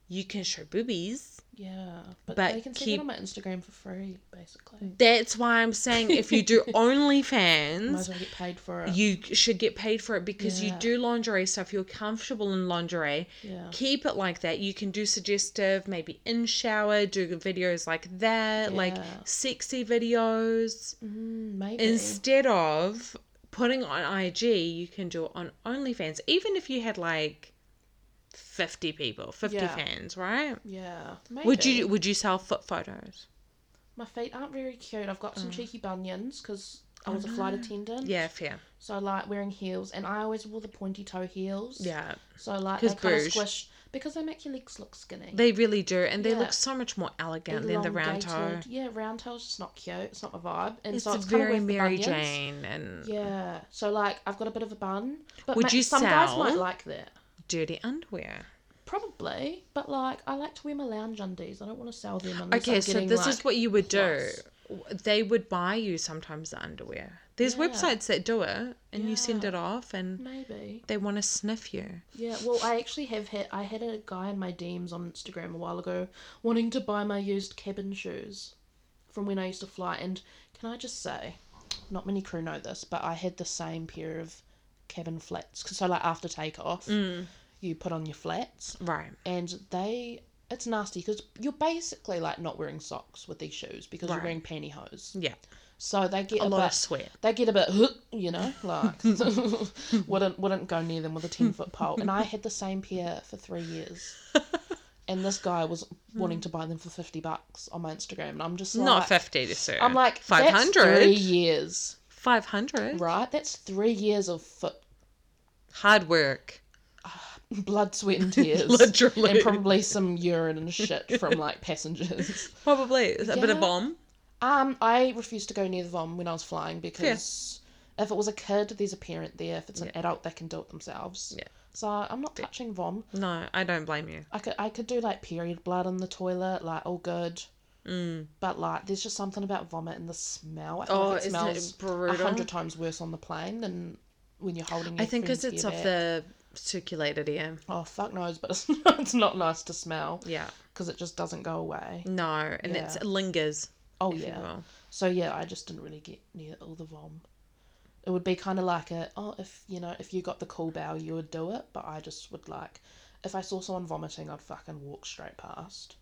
you can show boobies. Yeah, but, but they can see keep- Mm. that on my Instagram for free, basically. That's why I'm saying if you *laughs* do OnlyFans, Might as well get paid for it. you should get paid for it because you Yeah. do lingerie stuff you're comfortable in lingerie Yeah. keep it like that you can do suggestive maybe in shower do videos like that like Yeah. sexy videos Mm, maybe. instead of putting on ig you can do it on onlyfans even if you had like 50 people 50 Yeah. fans right yeah. Maybe. would you would you sell foot photos My feet aren't very cute. I've got some cheeky bunions because I was a flight attendant. Mm. yeah fair So I like wearing heels, and I always wore the pointy toe heels. yeah So like 'Cause they kind of bouge. squish because they make your legs look skinny. they really do and they Yeah. look so much more elegant than the round toe Elongated. Yeah, round toe's just not cute. It's not my vibe. And It's, so it's very kind of Mary bunions. Jane and Yeah. So like I've got a bit of a bun. But Would ma- you some guys might sell? like that. dirty underwear. Probably. But like I like to wear my lounge undies. I don't want to sell them unless Okay, I'm so getting, this like, is what you would plus. do. They would buy you sometimes the underwear. There's Yeah. websites that do it, and you send Yeah. it off, and Maybe. they want to sniff you. Yeah, well, I actually have had. I had a guy in my DMs on Instagram a while ago wanting to buy my used cabin shoes from when I used to fly. And can I just say, not many crew know this, but I had the same pair of cabin flats. 'Cause- So, like, after takeoff, Mm. you put on your flats, Right. and they. It's nasty because you're basically like not wearing socks with these shoes because you're Right. wearing pantyhose. Yeah. So they get A a, lot bit, of sweat. they get a bit, you know, like *laughs* wouldn't wouldn't go near them with a ten foot pole. And I had the same pair for three years, and this guy was wanting to buy them for fifty bucks on my Instagram, and I'm just like, Not 50 to sue. I'm like, five 500. hundred three years, 500. right? That's three years of foot Hard work. blood, sweat, and tears, Literally. and probably some urine and shit from like passengers. Probably. Is that a bit of Yeah. bomb? Um, I refused to go near the vom when I was flying because if it was a kid, there's a parent there. If it's an adult, they can do it themselves. Yeah. So I'm not touching vom. No, I don't blame you. I could I could do like period blood in the toilet, like all good. Mm. But like, there's just something about vomit and the smell. I feel Oh, like it isn't it smells a brutal? hundred times worse on the plane than when you're holding. I your think because it's friend's ear of back. the circulated air. Oh fuck knows, but *laughs* it's not, it's not nice to smell Yeah. because it just doesn't go away. No, and it's, Yeah. it lingers. Oh Mm, if you yeah. will. So yeah, I just didn't really get near all the vom. It would be kind of like a oh if you know if you got the cool bow you would do it, but I just would like if I saw someone vomiting I'd fucking walk straight past.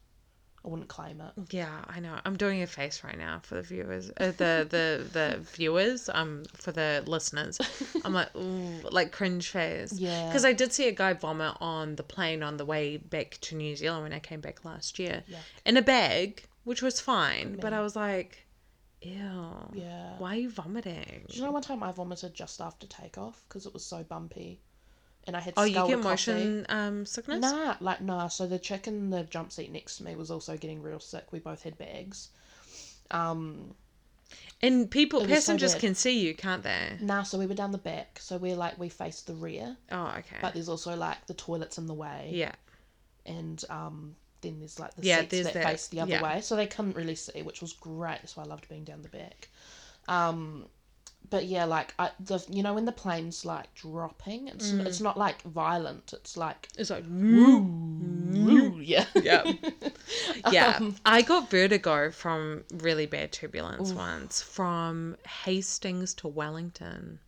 I wouldn't claim it. Yeah, I know. I'm doing a face right now for the viewers, uh, the the the viewers, um, for the listeners. I'm *laughs* like, ooh, like cringe face. Yeah. Because I did see a guy vomit on the plane on the way back to New Zealand when I came back last year, Yuck. in a bag, which was fine. But I was like, ew. Yeah. Why are you vomiting? Do you know one time I vomited just after takeoff because it was so bumpy, and I had Oh, you scalded get coffee. motion um sickness. Nah, like nah. So the chick in the jump seat next to me was also getting real sick. We both had bags. Um, And people, It was so passengers bad. can see you, can't they? Nah, so we were down the back, so we're like we faced the rear, Oh, okay. but there's also like the toilets in the way, yeah. and um, then there's like the Yeah, seats there's that that- face the other yeah. way, so they couldn't really see, which was great. So I loved being down the back. Um, but yeah, like I, the you know when the plane's like dropping, it's Mm. it's not like violent. It's like It's like, woo. ooh, yeah, Mm. *laughs* Yeah. Yeah. Um, I got vertigo from really bad turbulence once from Hastings to Wellington.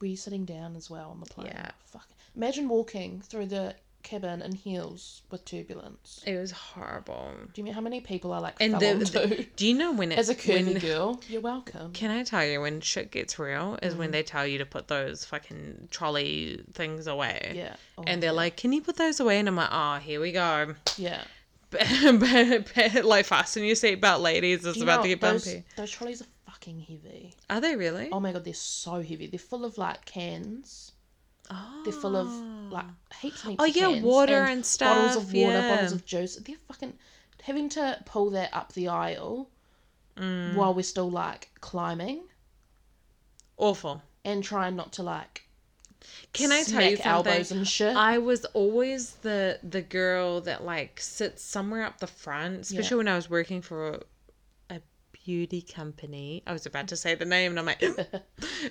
were you sitting down as well on the plane? Yeah. Fuck. Imagine walking through the cabin in heels with turbulence. It was horrible. Do you know how many people I like And fell the, onto? the- do you know when it, As a curvy when, girl, you're welcome. Can I tell you when shit gets real is Mm-hmm. when they tell you to put those fucking trolley things away. Yeah. Oh, And they're like, "Can you put those away?" And I'm like, "Oh, here we go." *laughs* yeah. like fasten your seatbelt, ladies. It's Do you about know, to get those, bumpy. Those trolleys are fucking heavy. Are they really? Oh my god, they're so heavy. They're full of like cans. Oh. They're full of like heaps and heaps Oh, of yeah, cans water and Bottles of stuff, water, bottles yeah. of juice. They're fucking having to pull that up the aisle Mm. while we're still like climbing awful. and trying not to like Can I tell you smack elbows something? and shit. *laughs* I was always the the girl that like sits somewhere up the front, especially when I was working for a, a beauty company. I was about to say the name, and I'm like,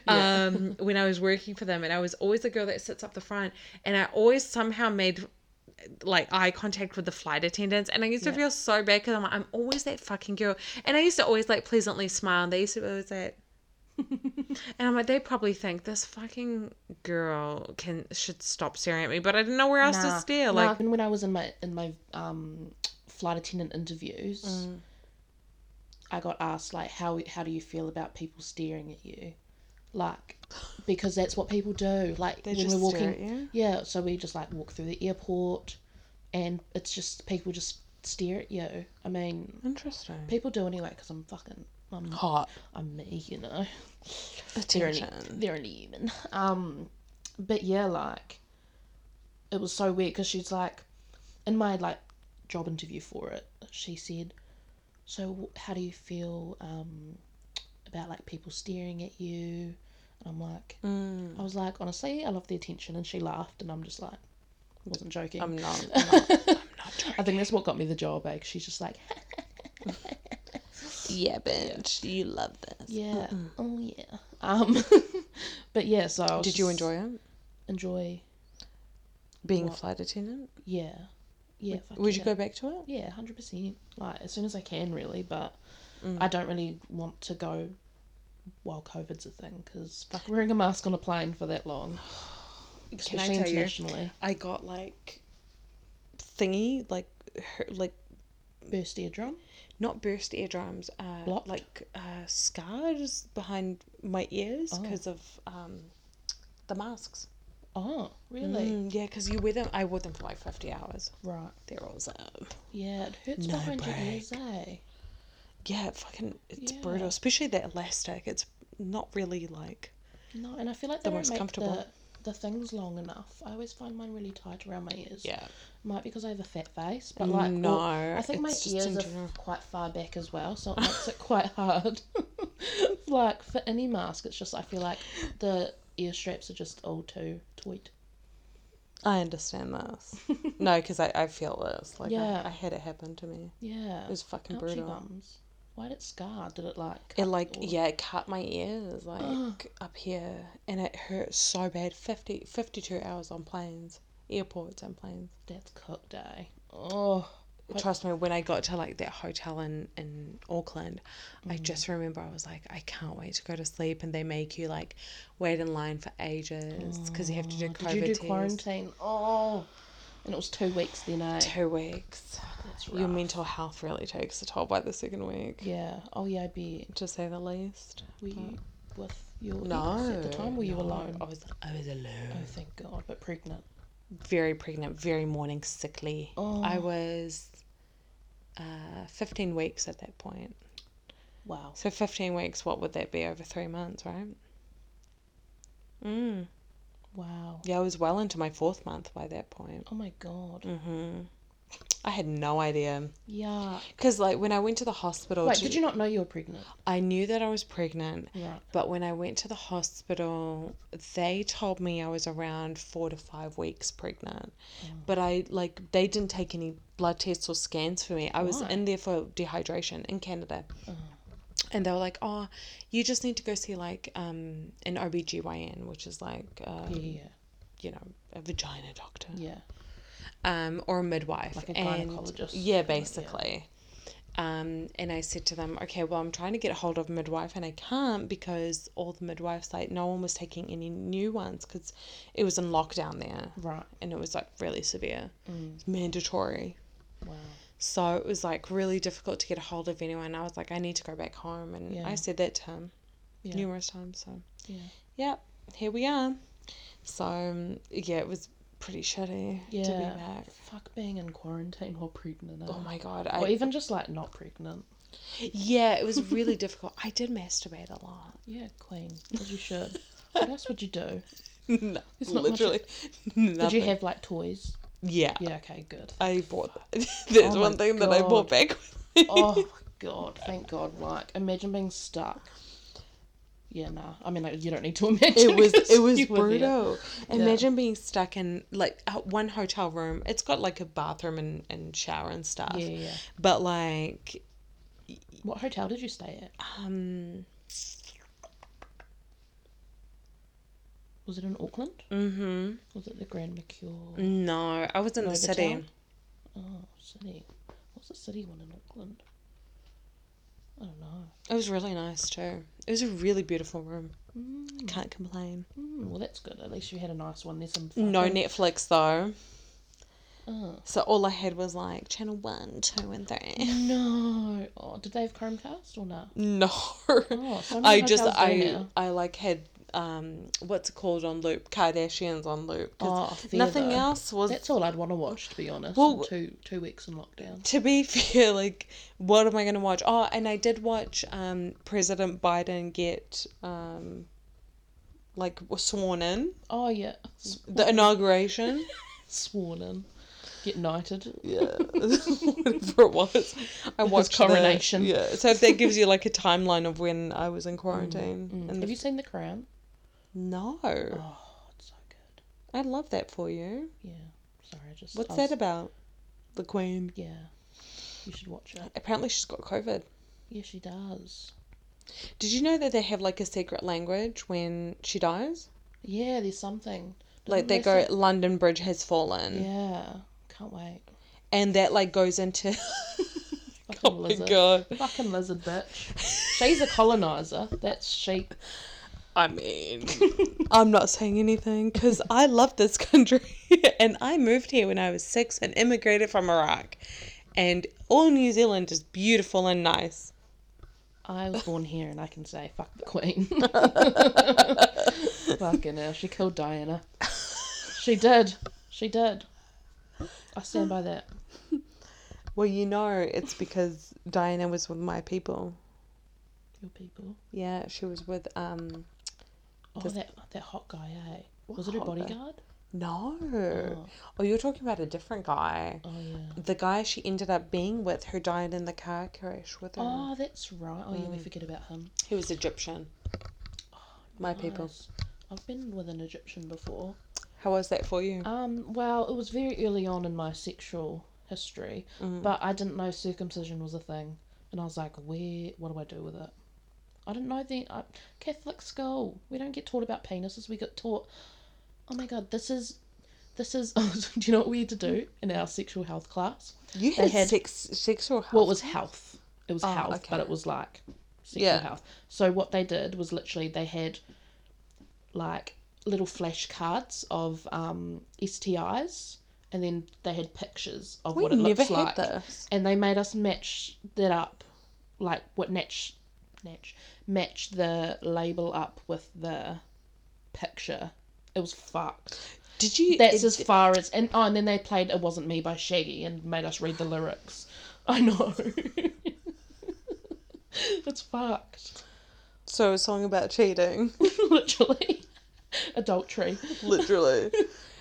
um, when I was working for them, and I was always the girl that sits up the front, and I always somehow made like eye contact with the flight attendants, and I used to feel so bad because I'm like, I'm always that fucking girl, and I used to always like pleasantly smile, and they used to always *laughs* like. And I'm like, they probably think this fucking girl can should stop staring at me, but I didn't know where else Nah, to stare. nah, Like, even when I was in my in my um, flight attendant interviews, Mm. I got asked like, how how do you feel about people staring at you, like, because that's what people do. Like when just we're walking, stare at you? yeah. So we just like walk through the airport, and it's just people just stare at you. I mean, interesting. people do anyway because I'm fucking I'm hot. I'm me, you know. They're only, they're only human. Um, but yeah, like it was so weird because she's like, in my like job interview for it, she said, "So wh- how do you feel um, about like people staring at you?" And I'm like, Mm. I was like, honestly, I love the attention, and she laughed, and I'm just like, wasn't joking. *laughs* I'm not. I think that's what got me the job, eh? 'cause she's just like, Yeah, bitch. You love this. yeah, oh yeah. Um, *laughs* but yeah, so I was Did you just- enjoy it Enjoy, being a flight attendant? yeah, yeah. fuck Would yeah. you go back to it? Yeah, hundred percent. Like as soon as I can, really. But Mm. I don't really want to go while COVID's a thing because fuck wearing a mask on a plane for that *sighs* long, especially tell you? internationally, I got like thingy, like her, like burst eardrum. not burst eardrums, uh, Blocked? like uh, scars behind my ears because of um, the masks. Oh, really? Mm, yeah, because you wear them. I wore them for like fifty hours. Right. They're all up. Yeah, it hurts No behind your break. ears, eh? Yeah, it fucking, it's Yeah. brutal. Especially that elastic. It's not really like. No, and I feel like they most don't make comfortable. the the things long enough. I always find mine really tight around my ears. Yeah. Might because I have a fat face, but like No, well, I think my it's just in ears are general. quite far back as well, so it makes it quite hard. *laughs* like for any mask, it's just I feel like the ear straps are just all too tight. I understand this. *laughs* no, because I, I feel this. Like, Yeah. I, I had it happen to me. Yeah, It was fucking Ouchie brutal. bums. Why did it scar? Did it like? It cut like or- yeah, it cut my ears like *gasps* up here, and it hurt so bad. 50, 52 hours on planes, airports and planes. That's cooked day. Oh, Trust me, when I got to like that hotel in in Auckland, I Mm. just remember I was like, I can't wait to go to sleep, and they make you like wait in line for ages because you have to do did COVID you do tests. quarantine? Oh, and it was two weeks then. Eh? Two weeks. That's Your rough. mental health really takes a toll by the second week, Yeah. Oh yeah, I bet. to say the least. Were you with your No, ex at the time? Were you no, alone? I was I was alone. Oh, thank God, but pregnant. very pregnant, very morning sickly. I Oh. was uh, 15 weeks at that point. Wow. So 15 weeks, what would that be over three months, right? Wow. Yeah, I was well into my fourth month by that point. Oh my God. I had no idea. Yeah. Because, like, when I went to the hospital, Wait, to- did you not know you were pregnant? I knew that I was pregnant, Yeah. but when I went to the hospital, they told me I was around four to five weeks pregnant. Mm. But I, like, they didn't take any blood tests or scans for me. I was Why? Mm. in there for dehydration in Canada. And they were like, oh, you just need to go see, like, um, an OBGYN, which is like, uh, Yeah. you know, a vagina doctor Yeah. um, or a midwife, Like a and- gynecologist yeah, kind of, yeah. basically. Um, and I said to them, okay, well, I'm trying to get hold of a midwife, and I can't because all the midwives, like, no one was taking any new ones because it was in lockdown there, Right. and it was like really severe, Mm. It's mandatory. Wow. So it was like really difficult to get a hold of anyone. I was like, I need to go back home, and Yeah. I said that to him Yeah. numerous times. So, Yeah. yep, here we are. So um, yeah, it was pretty shitty to Yeah. be back. Fuck being in quarantine while pregnant. Oh eh? my god, I or even just like not pregnant. Yeah, it was *laughs* really difficult. I did masturbate a lot. Yeah, clean. As you *laughs* should. what else would you do? No, It's not much literally. *laughs* Did nothing. you have like toys? Yeah, Yeah, okay, *laughs* good. I bought. There's Oh one my thing that I bought God. back. with me. Oh my god, thank god. Like, imagine being stuck. Yeah, nah. I mean, like, you don't need to *laughs* imagine. *laughs* It was 'cause it was you were there. brutal. Imagine being stuck in like uh, one hotel room. It's got like a bathroom and, and shower and stuff. Yeah, yeah. But like What hotel did you stay at? um Was it in Auckland? mhm Was it the Grand Mercure? no, I was in the city. Novotel? Oh, city. What's the city one in Auckland? I don't know. It was really nice too. It was a really beautiful room. Can't complain. Hmm, well, that's good. At least you had a nice one. There's some. No fucking- Netflix though. Oh. So all I had was like channel one, two, and three. No. Oh, did they have Chromecast or not? No, Oh, *laughs* so many I just hotels do I now. I like had um what's it called on loop Kardashians on loop. 'cause Oh, fair nothing though. else was. That's all I'd want to watch, to be honest. Well- in two two weeks in lockdown. To be *laughs* fair, like what am I gonna watch? Oh, and I did watch um President Biden get um like was sworn in Oh yeah, the *laughs* inauguration. *laughs* sworn in, get knighted. yeah, whatever it was. I watched the- coronation. yeah, so that gives you like a timeline of when I was in quarantine. And Mm, Have you seen The Crown? no, Oh, it's so good. I love that for you. Yeah. Sorry, I just. What's I that was- about? The Queen. Yeah. You should watch it. Apparently, she's got COVID. Yeah, she does. Did you know that they have like a secret language when she dies? Yeah, there's something. Like Doesn't they there go, say- London Bridge has fallen, Yeah. Can't wait. and that like goes *laughs* into. Fucking oh my *laughs* lizard. god! Fucking lizard bitch. She's a colonizer. That's she. I mean, I'm not saying anything because I love this country, *laughs* and I moved here when I was six and immigrated from Iraq, and all New Zealand is beautiful and nice. I was born here and I can say fuck the *laughs* queen. Fucking hell, she killed Diana. She did. She did. I stand by that. Well, you know, it's because Diana was with my people. Your people. Yeah, she was with um. Oh, Does- that that hot guy, eh? Was it a hot guy? bodyguard? No. Oh. Oh, you're talking about a different guy. Oh yeah. The guy she ended up being with who died in the car crash with her. Oh, that's right. Oh yeah, Mm. we forget about him. He was Egyptian. My people. Nice. I've been with an Egyptian before. How was that for you? Um, well, it was very early on in my sexual history, but I didn't know circumcision was a thing, and I was like, "Where? What do I do with it?" I didn't know the uh, Catholic school. We don't get taught about penises. We get taught, "Oh my God, this is, this is." *laughs* do you know what we had to do in our sexual health class? you they had, had- sex, sexual health. Well, it was health. It was Oh, health, okay. but it was like sexual Yeah. health. So what they did was literally they had like little flashcards of um, STIs, and then they had pictures of we what it never looks had like, this. and they made us match that up, like what match, match, match the label up with the picture. It was fucked. Did you? *laughs* That's it- as far as and oh, and then they played "It Wasn't Me" by Shaggy and made us read the lyrics. I know. *laughs* it's fucked, so a song about cheating. *laughs* literally. Adultery. Literally.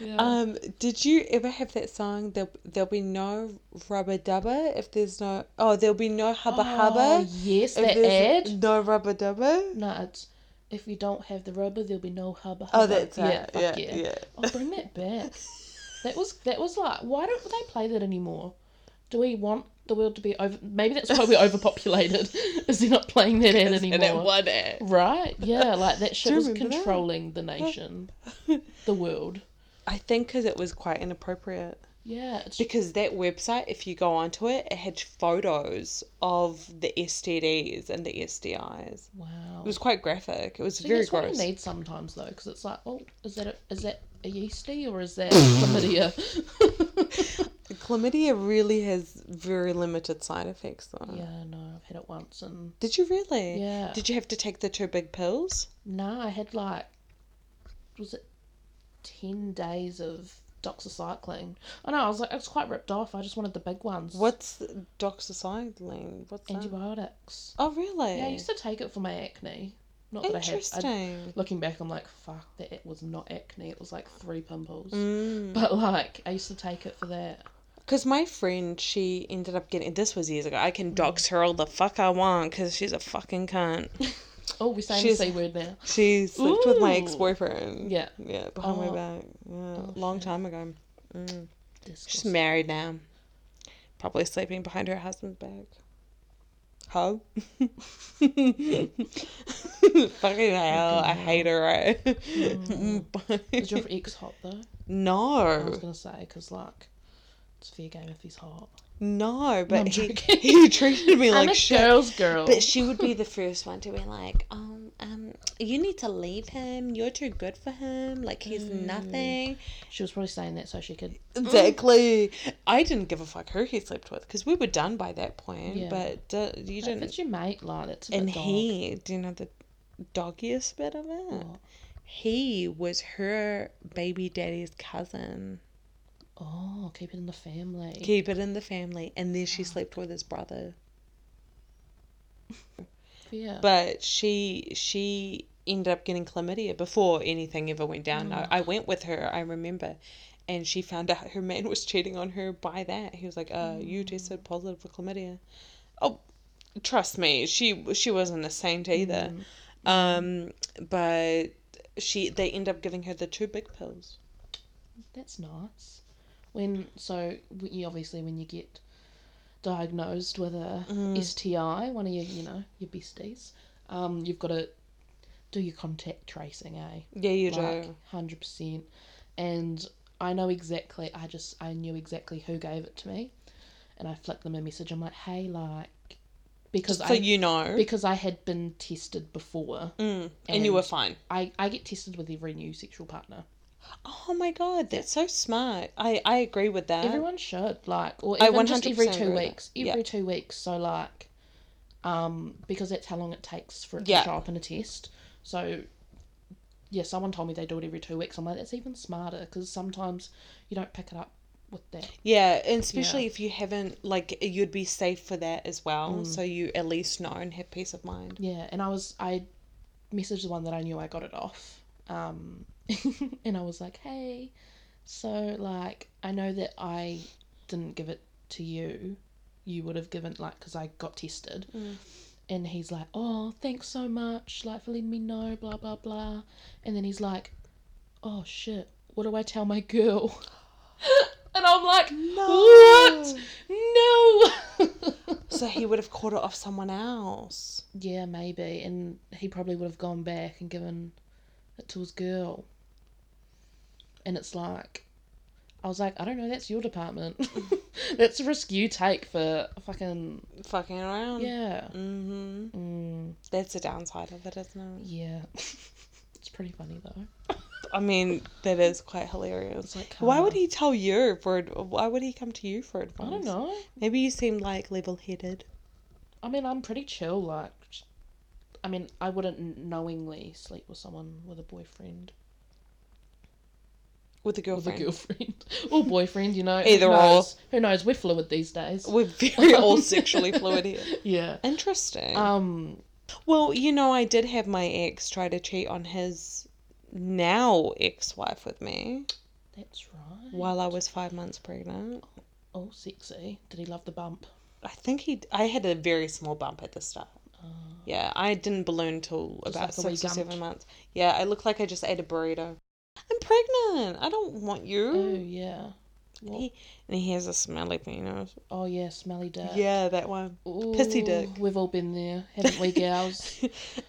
Yeah. Um, did you ever have that song? There, there'll be no rubber dubber if there's no. Oh, there'll be no hubba Oh, hubba yes, if that there's ad. no rubber dubber. No, it's if you don't have the rubber, there'll be no hubba. Oh, hubba." that's yeah, it. fuck yeah, yeah. yeah. Oh, bring that back. that was that was like, why don't they play that anymore? Do we want the world to be over? Maybe *laughs* that's why we're overpopulated. Is they're not playing that ad anymore? And that one ad. Right? Yeah, like that shit you was remember that? controlling *laughs* the nation, the world. I think because it was quite inappropriate. Yeah, it's Because that website, if you go onto it, it had photos of the STDs and the STIs. wow. It was quite graphic. It was See, very that's gross. what you need sometimes though, because it's like, oh, is that a, is that a yeasty or *laughs* is that chlamydia? Chlamydia really has very limited side effects, though. *laughs* yeah, no, I've had it once and Did you really? Yeah. Did you have to take the two big pills? Nah, I had like, was it 10 days of doxycycline? I know, I was like, I was quite ripped off. I just wanted the big ones. What's doxycycline? What's that? Antibiotics. Oh, really? Yeah, I used to take it for my acne. Not that I had. I, Interesting. looking back, I'm like, fuck, that it was not acne. It was like three pimples. Mm. But like, I used to take it for that. Because my friend, she ended up getting this was years ago. I can Mm. dox her all the fuck I want because she's a fucking *laughs* cunt. Oh, we're saying She's- the C word now. She slept with my Ooh. ex boyfriend. Yeah. Yeah, behind Oh. my back. Yeah, long time ago. Mm. Oh, She's Disgusting. married now. Probably sleeping behind her husband's back. *laughs* Ho. Fucking hell, Mm. I hate her, right? *laughs* Is your ex hot though? I was no, gonna say because like, it's fair game if he's hot. no, but I'm he, joking. *laughs* he treated me I'm like a shit. girl's girl. But she would be the first one to be like, um, um, you need to leave him. You're too good for him. Like he's nothing. She was probably saying that so she could. Mm. Exactly. I didn't give a fuck who he slept with because we were done by that point. Yeah. But uh, you If didn't. it's your mate, like that's a bit And dog. he, do you know the doggiest bit of it? What? Oh. He was her baby daddy's cousin. Oh, keep it in the family. Keep it in the family. And then she slept with his brother. yeah. But she she ended up getting chlamydia before anything ever went down. I, I went with her, I remember. And she found out her man was cheating on her by that. He was like, uh, you tested positive for chlamydia. Oh, trust me, she she wasn't a saint either. Um, but she they end up giving her the two big pills. That's nice. When so w- you obviously when you get diagnosed with a Mm. STI, one of your you know your besties, um, you've got to do your contact tracing, eh? Yeah, you like do. hundred percent. And I know exactly. I just I knew exactly who gave it to me, and I flicked them a message. I'm like, hey, like because So I you know, because I had been tested before. mm, and, you were and- fine. I I get tested with every new sexual partner. Oh my god, that's so smart. I I agree with that. Everyone should like, or I even just every 100% two agree with weeks. that. Yeah. Every two weeks. So like, um, because that's how long it takes for it Yeah. to show up in a test. So, yeah, someone told me they do it every two weeks. I'm like, that's even smarter because sometimes you don't pick it up with that. Yeah, and especially if you haven't, like, you'd be safe for that as well. So you at least know and have peace of mind. Yeah, and I was I messaged the one that I knew I got it off. Um *laughs* and I was like, "Hey, so like I know that I didn't give it to you. You would have given like cuz I got tested." And he's like, "Oh, thanks so much like for letting me know, blah blah blah." And then he's like, "Oh shit. What do I tell my girl?" *laughs* and I'm like, "What? No." *laughs* So he would have caught it off someone else. Yeah, maybe. And he probably would have gone back and given it to his girl. And it's like, I was like, I don't know, that's your department. *laughs* that's a risk you take for fucking. Fucking around. Yeah. hmm Mm, That's the downside of it, isn't it? yeah. *laughs* it's pretty funny though. I mean, that is quite hilarious. It's like, Why would karma. he tell you for? ad- Why would he come to you for advice? I don't know. Maybe you seem like level-headed. I mean, I'm pretty chill. Like, j- I mean, I wouldn't knowingly sleep with someone with a boyfriend. With a With a girlfriend. girlfriend. *laughs* or boyfriend, you know. Either who or. knows? Who knows? We're fluid these days. We're very all sexually fluid here. Yeah. Interesting. Um, well, you know, I did have my ex try to cheat on his now ex wife with me That's right. while I was five months pregnant. Oh, sexy. Did he love the bump? I think he. I had a very small bump at the start. Yeah, I didn't balloon till about Oh. like a wee six or gump. seven months. Yeah, I look like I just ate a burrito. I'm pregnant. I don't want Oh, you. yeah. And he, and he has a smelly penis. Oh, yeah, smelly dick. Yeah, that one. Ooh, pissy dick. We've all been there, *laughs* haven't we, gals?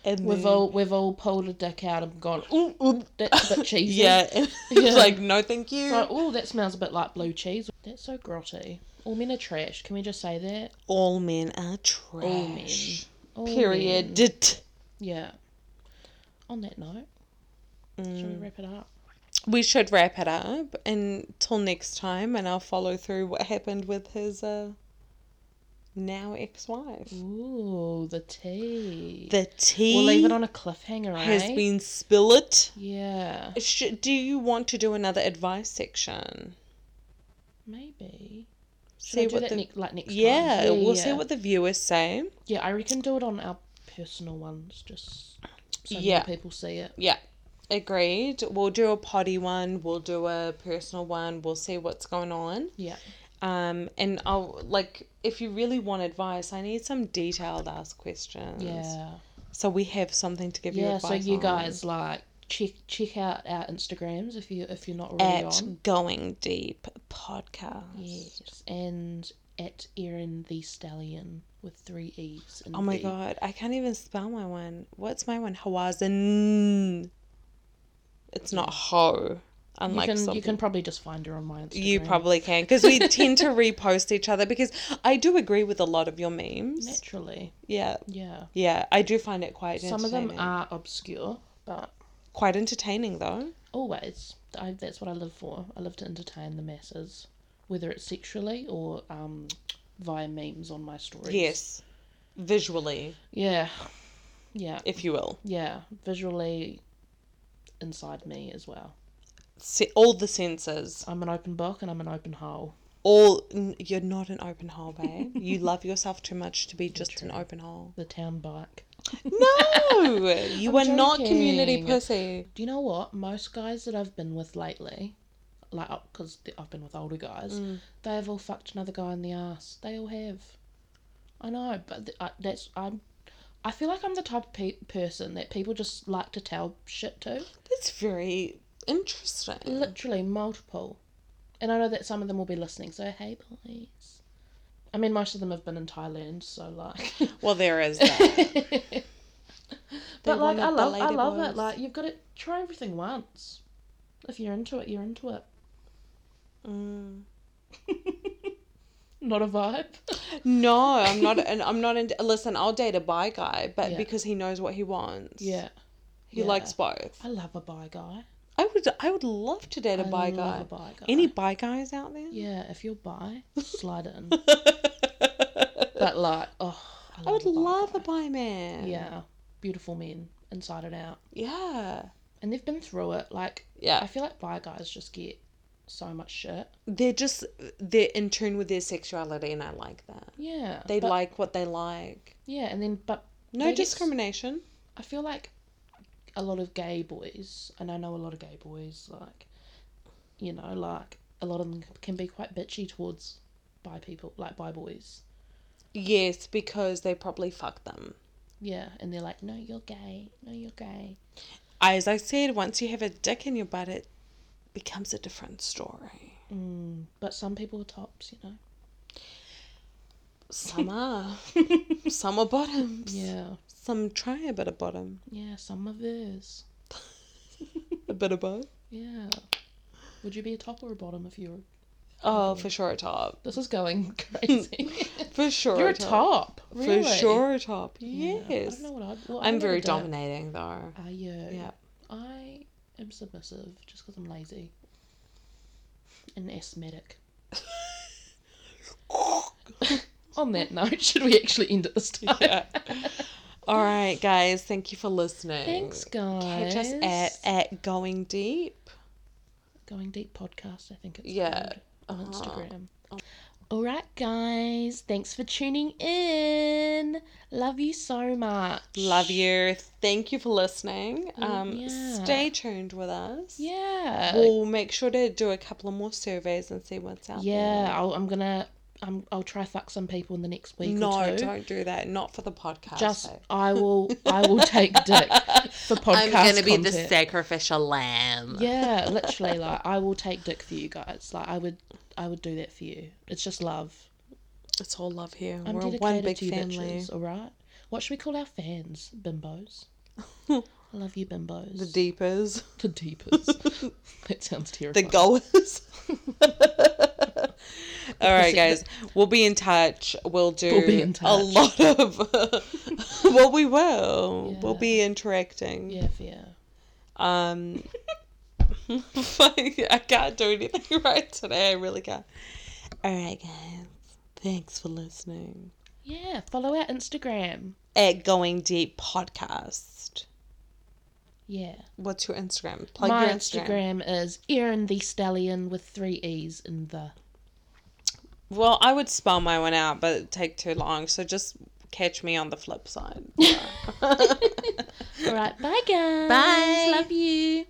And we've then- all we've all pulled a dick out and gone, ooh, ooh, that's a bit cheesy. Yeah, it's *laughs* *laughs* Yeah. like no, thank you. It's like, ooh, that smells a bit like blue cheese. That's so grotty. All men are trash. Can we just say that? All men are trash. All men. All men. Period. *laughs* Yeah. On that note, shall Mm. we wrap it up? We should wrap it up until next time, and I'll follow through what happened with his uh, now ex-wife. Ooh, the tea. The tea we'll leave it on a cliffhanger, has eh? been spilled. Yeah, Sh- do you want to do another advice section? maybe. Should I do that the nec- like next time? yeah, we'll see yeah. what the viewers say. Yeah, I reckon do it on our personal ones, just so Yeah. more people see it. Yeah, agreed. We'll do a potty one. We'll do a personal one. We'll see what's going on. Yeah. Um, and I'll like if you really want advice, I need some detailed ask questions. Yeah. So we have something to give you Yeah. advice. So you on. guys like check check out our Instagrams if you if you're not already at on. Going Deep podcast. Yes, and at Erin the Stallion with three e's. And E. Oh my god, I can't even spell my one. What's my one? Hawazin. It's not ho. You Unlike can some you can probably just find her on my Instagram. You probably can because *laughs* we tend to repost each other because I do agree with a lot of your memes. naturally. Yeah, Yeah. yeah, I do find it quite Some of them entertaining. are obscure, but quite entertaining though. always I, that's what I live for. I love to entertain the masses, whether it's sexually or um, via memes on my stories. Yes, visually, Yeah. Yeah. if you will, Yeah. Visually inside me as well. Se- all the senses. I'm an open book and I'm an open hole. All n- you're not an open hole, babe. you love yourself too much to be just an open hole. The town bike. No, *laughs* you are not community joking. pussy. Do you know what? Most guys that I've been with lately, like, because I've been with older guys, they have all fucked another guy in the ass. They all have. I know, but th- I, that's I'm. I feel like I'm the type of pe- person that people just like to tell shit to. That's very interesting. Literally multiple, and I know that some of them will be listening. So hey, boys. I mean, most of them have been in Thailand, so like. *laughs* well, there is that. but like, wanted I the love, I lady love boys. it. Like, you've got to try everything once. If you're into it, you're into it. *laughs* Mm. Not a vibe. *laughs* No, I'm not. And I'm not. In, listen, I'll date a bi guy, but Yeah. because he knows what he wants. Yeah. He Yeah. likes both. I love a bi guy. I would I would love to date a I bi love guy. a bi guy. Any bi guys out there? Yeah, if you're *laughs* bi, slide it in. but like, oh, I, *laughs* love I would a bi love guy. a bi man. Yeah, beautiful men inside and out, Yeah. and they've been through it. Like, I Yeah. feel like bi guys just get so much shit. They're just they're in tune with their sexuality and I like that. Yeah, They but- like what they like. Yeah, and then but No they get s- discrimination. I feel like a lot of gay boys, and I know a lot of gay boys, like, you know, like a lot of them can be quite bitchy towards bi people, like bi boys. Yes, because they probably fuck them. Yeah, and they're like, no, you're gay, no, you're gay. As I said, once you have a dick in your butt it becomes a different story. Mm, but some people are tops, you know. Some *laughs* are. Some are bottoms. Yeah, Some try a bit of bottom. yeah, some of theirs. A bit of both. Yeah. Would you be a top or a bottom if you were? Oh, for sure a top. This is going *laughs* *laughs* crazy. For sure. you're a top, really. For sure a top. Yeah, I Yes. don't know what I'd. Well, I I'm never very did it. dominating though. Are you? Yeah. uh, I am submissive just because I'm lazy and asthmatic. *laughs* On that note, should we actually end it this time? Yeah. *laughs* All right, guys. Thank you for listening. Thanks, guys. Catch us at, at Going Deep. Going Deep Podcast, I think it's Yeah. Ah. Oh. called, on Instagram. All right, guys. Thanks for tuning in. Love you so much. Love you. Thank you for listening. Mm, Um, yeah. Stay tuned with us. Yeah. We'll make sure to do a couple of more surveys and see what's out yeah. I'll, I'm gonna. I'm, I'll try fuck some people in the next there. week. or No, 2 don't do that. Not for the podcast. Just though. I will. I will take dick for podcast *laughs* I'm gonna be the content. sacrificial lamb. *laughs* yeah, literally. Like I will take dick for you guys. Like I would. I would do that for you. It's just love. It's all love here. I'm We're dedicated one big to you family. bitches. All right. What should we call our fans? *laughs* Bimbos. I love you, bimbos. The deepers. *laughs* The deepest. that sounds terrible. The *laughs* goers. all right, *laughs* guys. We'll be in touch. We'll do We'll be in a touch. lot of. *laughs* well, we *laughs* will. We'll Yeah. be interacting. Yeah, yeah. Um, *laughs* I can't do anything *laughs* right today. I really can't. All right, guys. Thanks for listening. Yeah, follow our Instagram. At Going Deep Podcast. Yeah. What's your Instagram? Plug My your Instagram. Instagram. is Erin the Stallion with three E's *laughs* in the. Well, I would spell my one out, but it'd take too long. So just catch me on the flip side. All right, bye guys. Bye. Love you.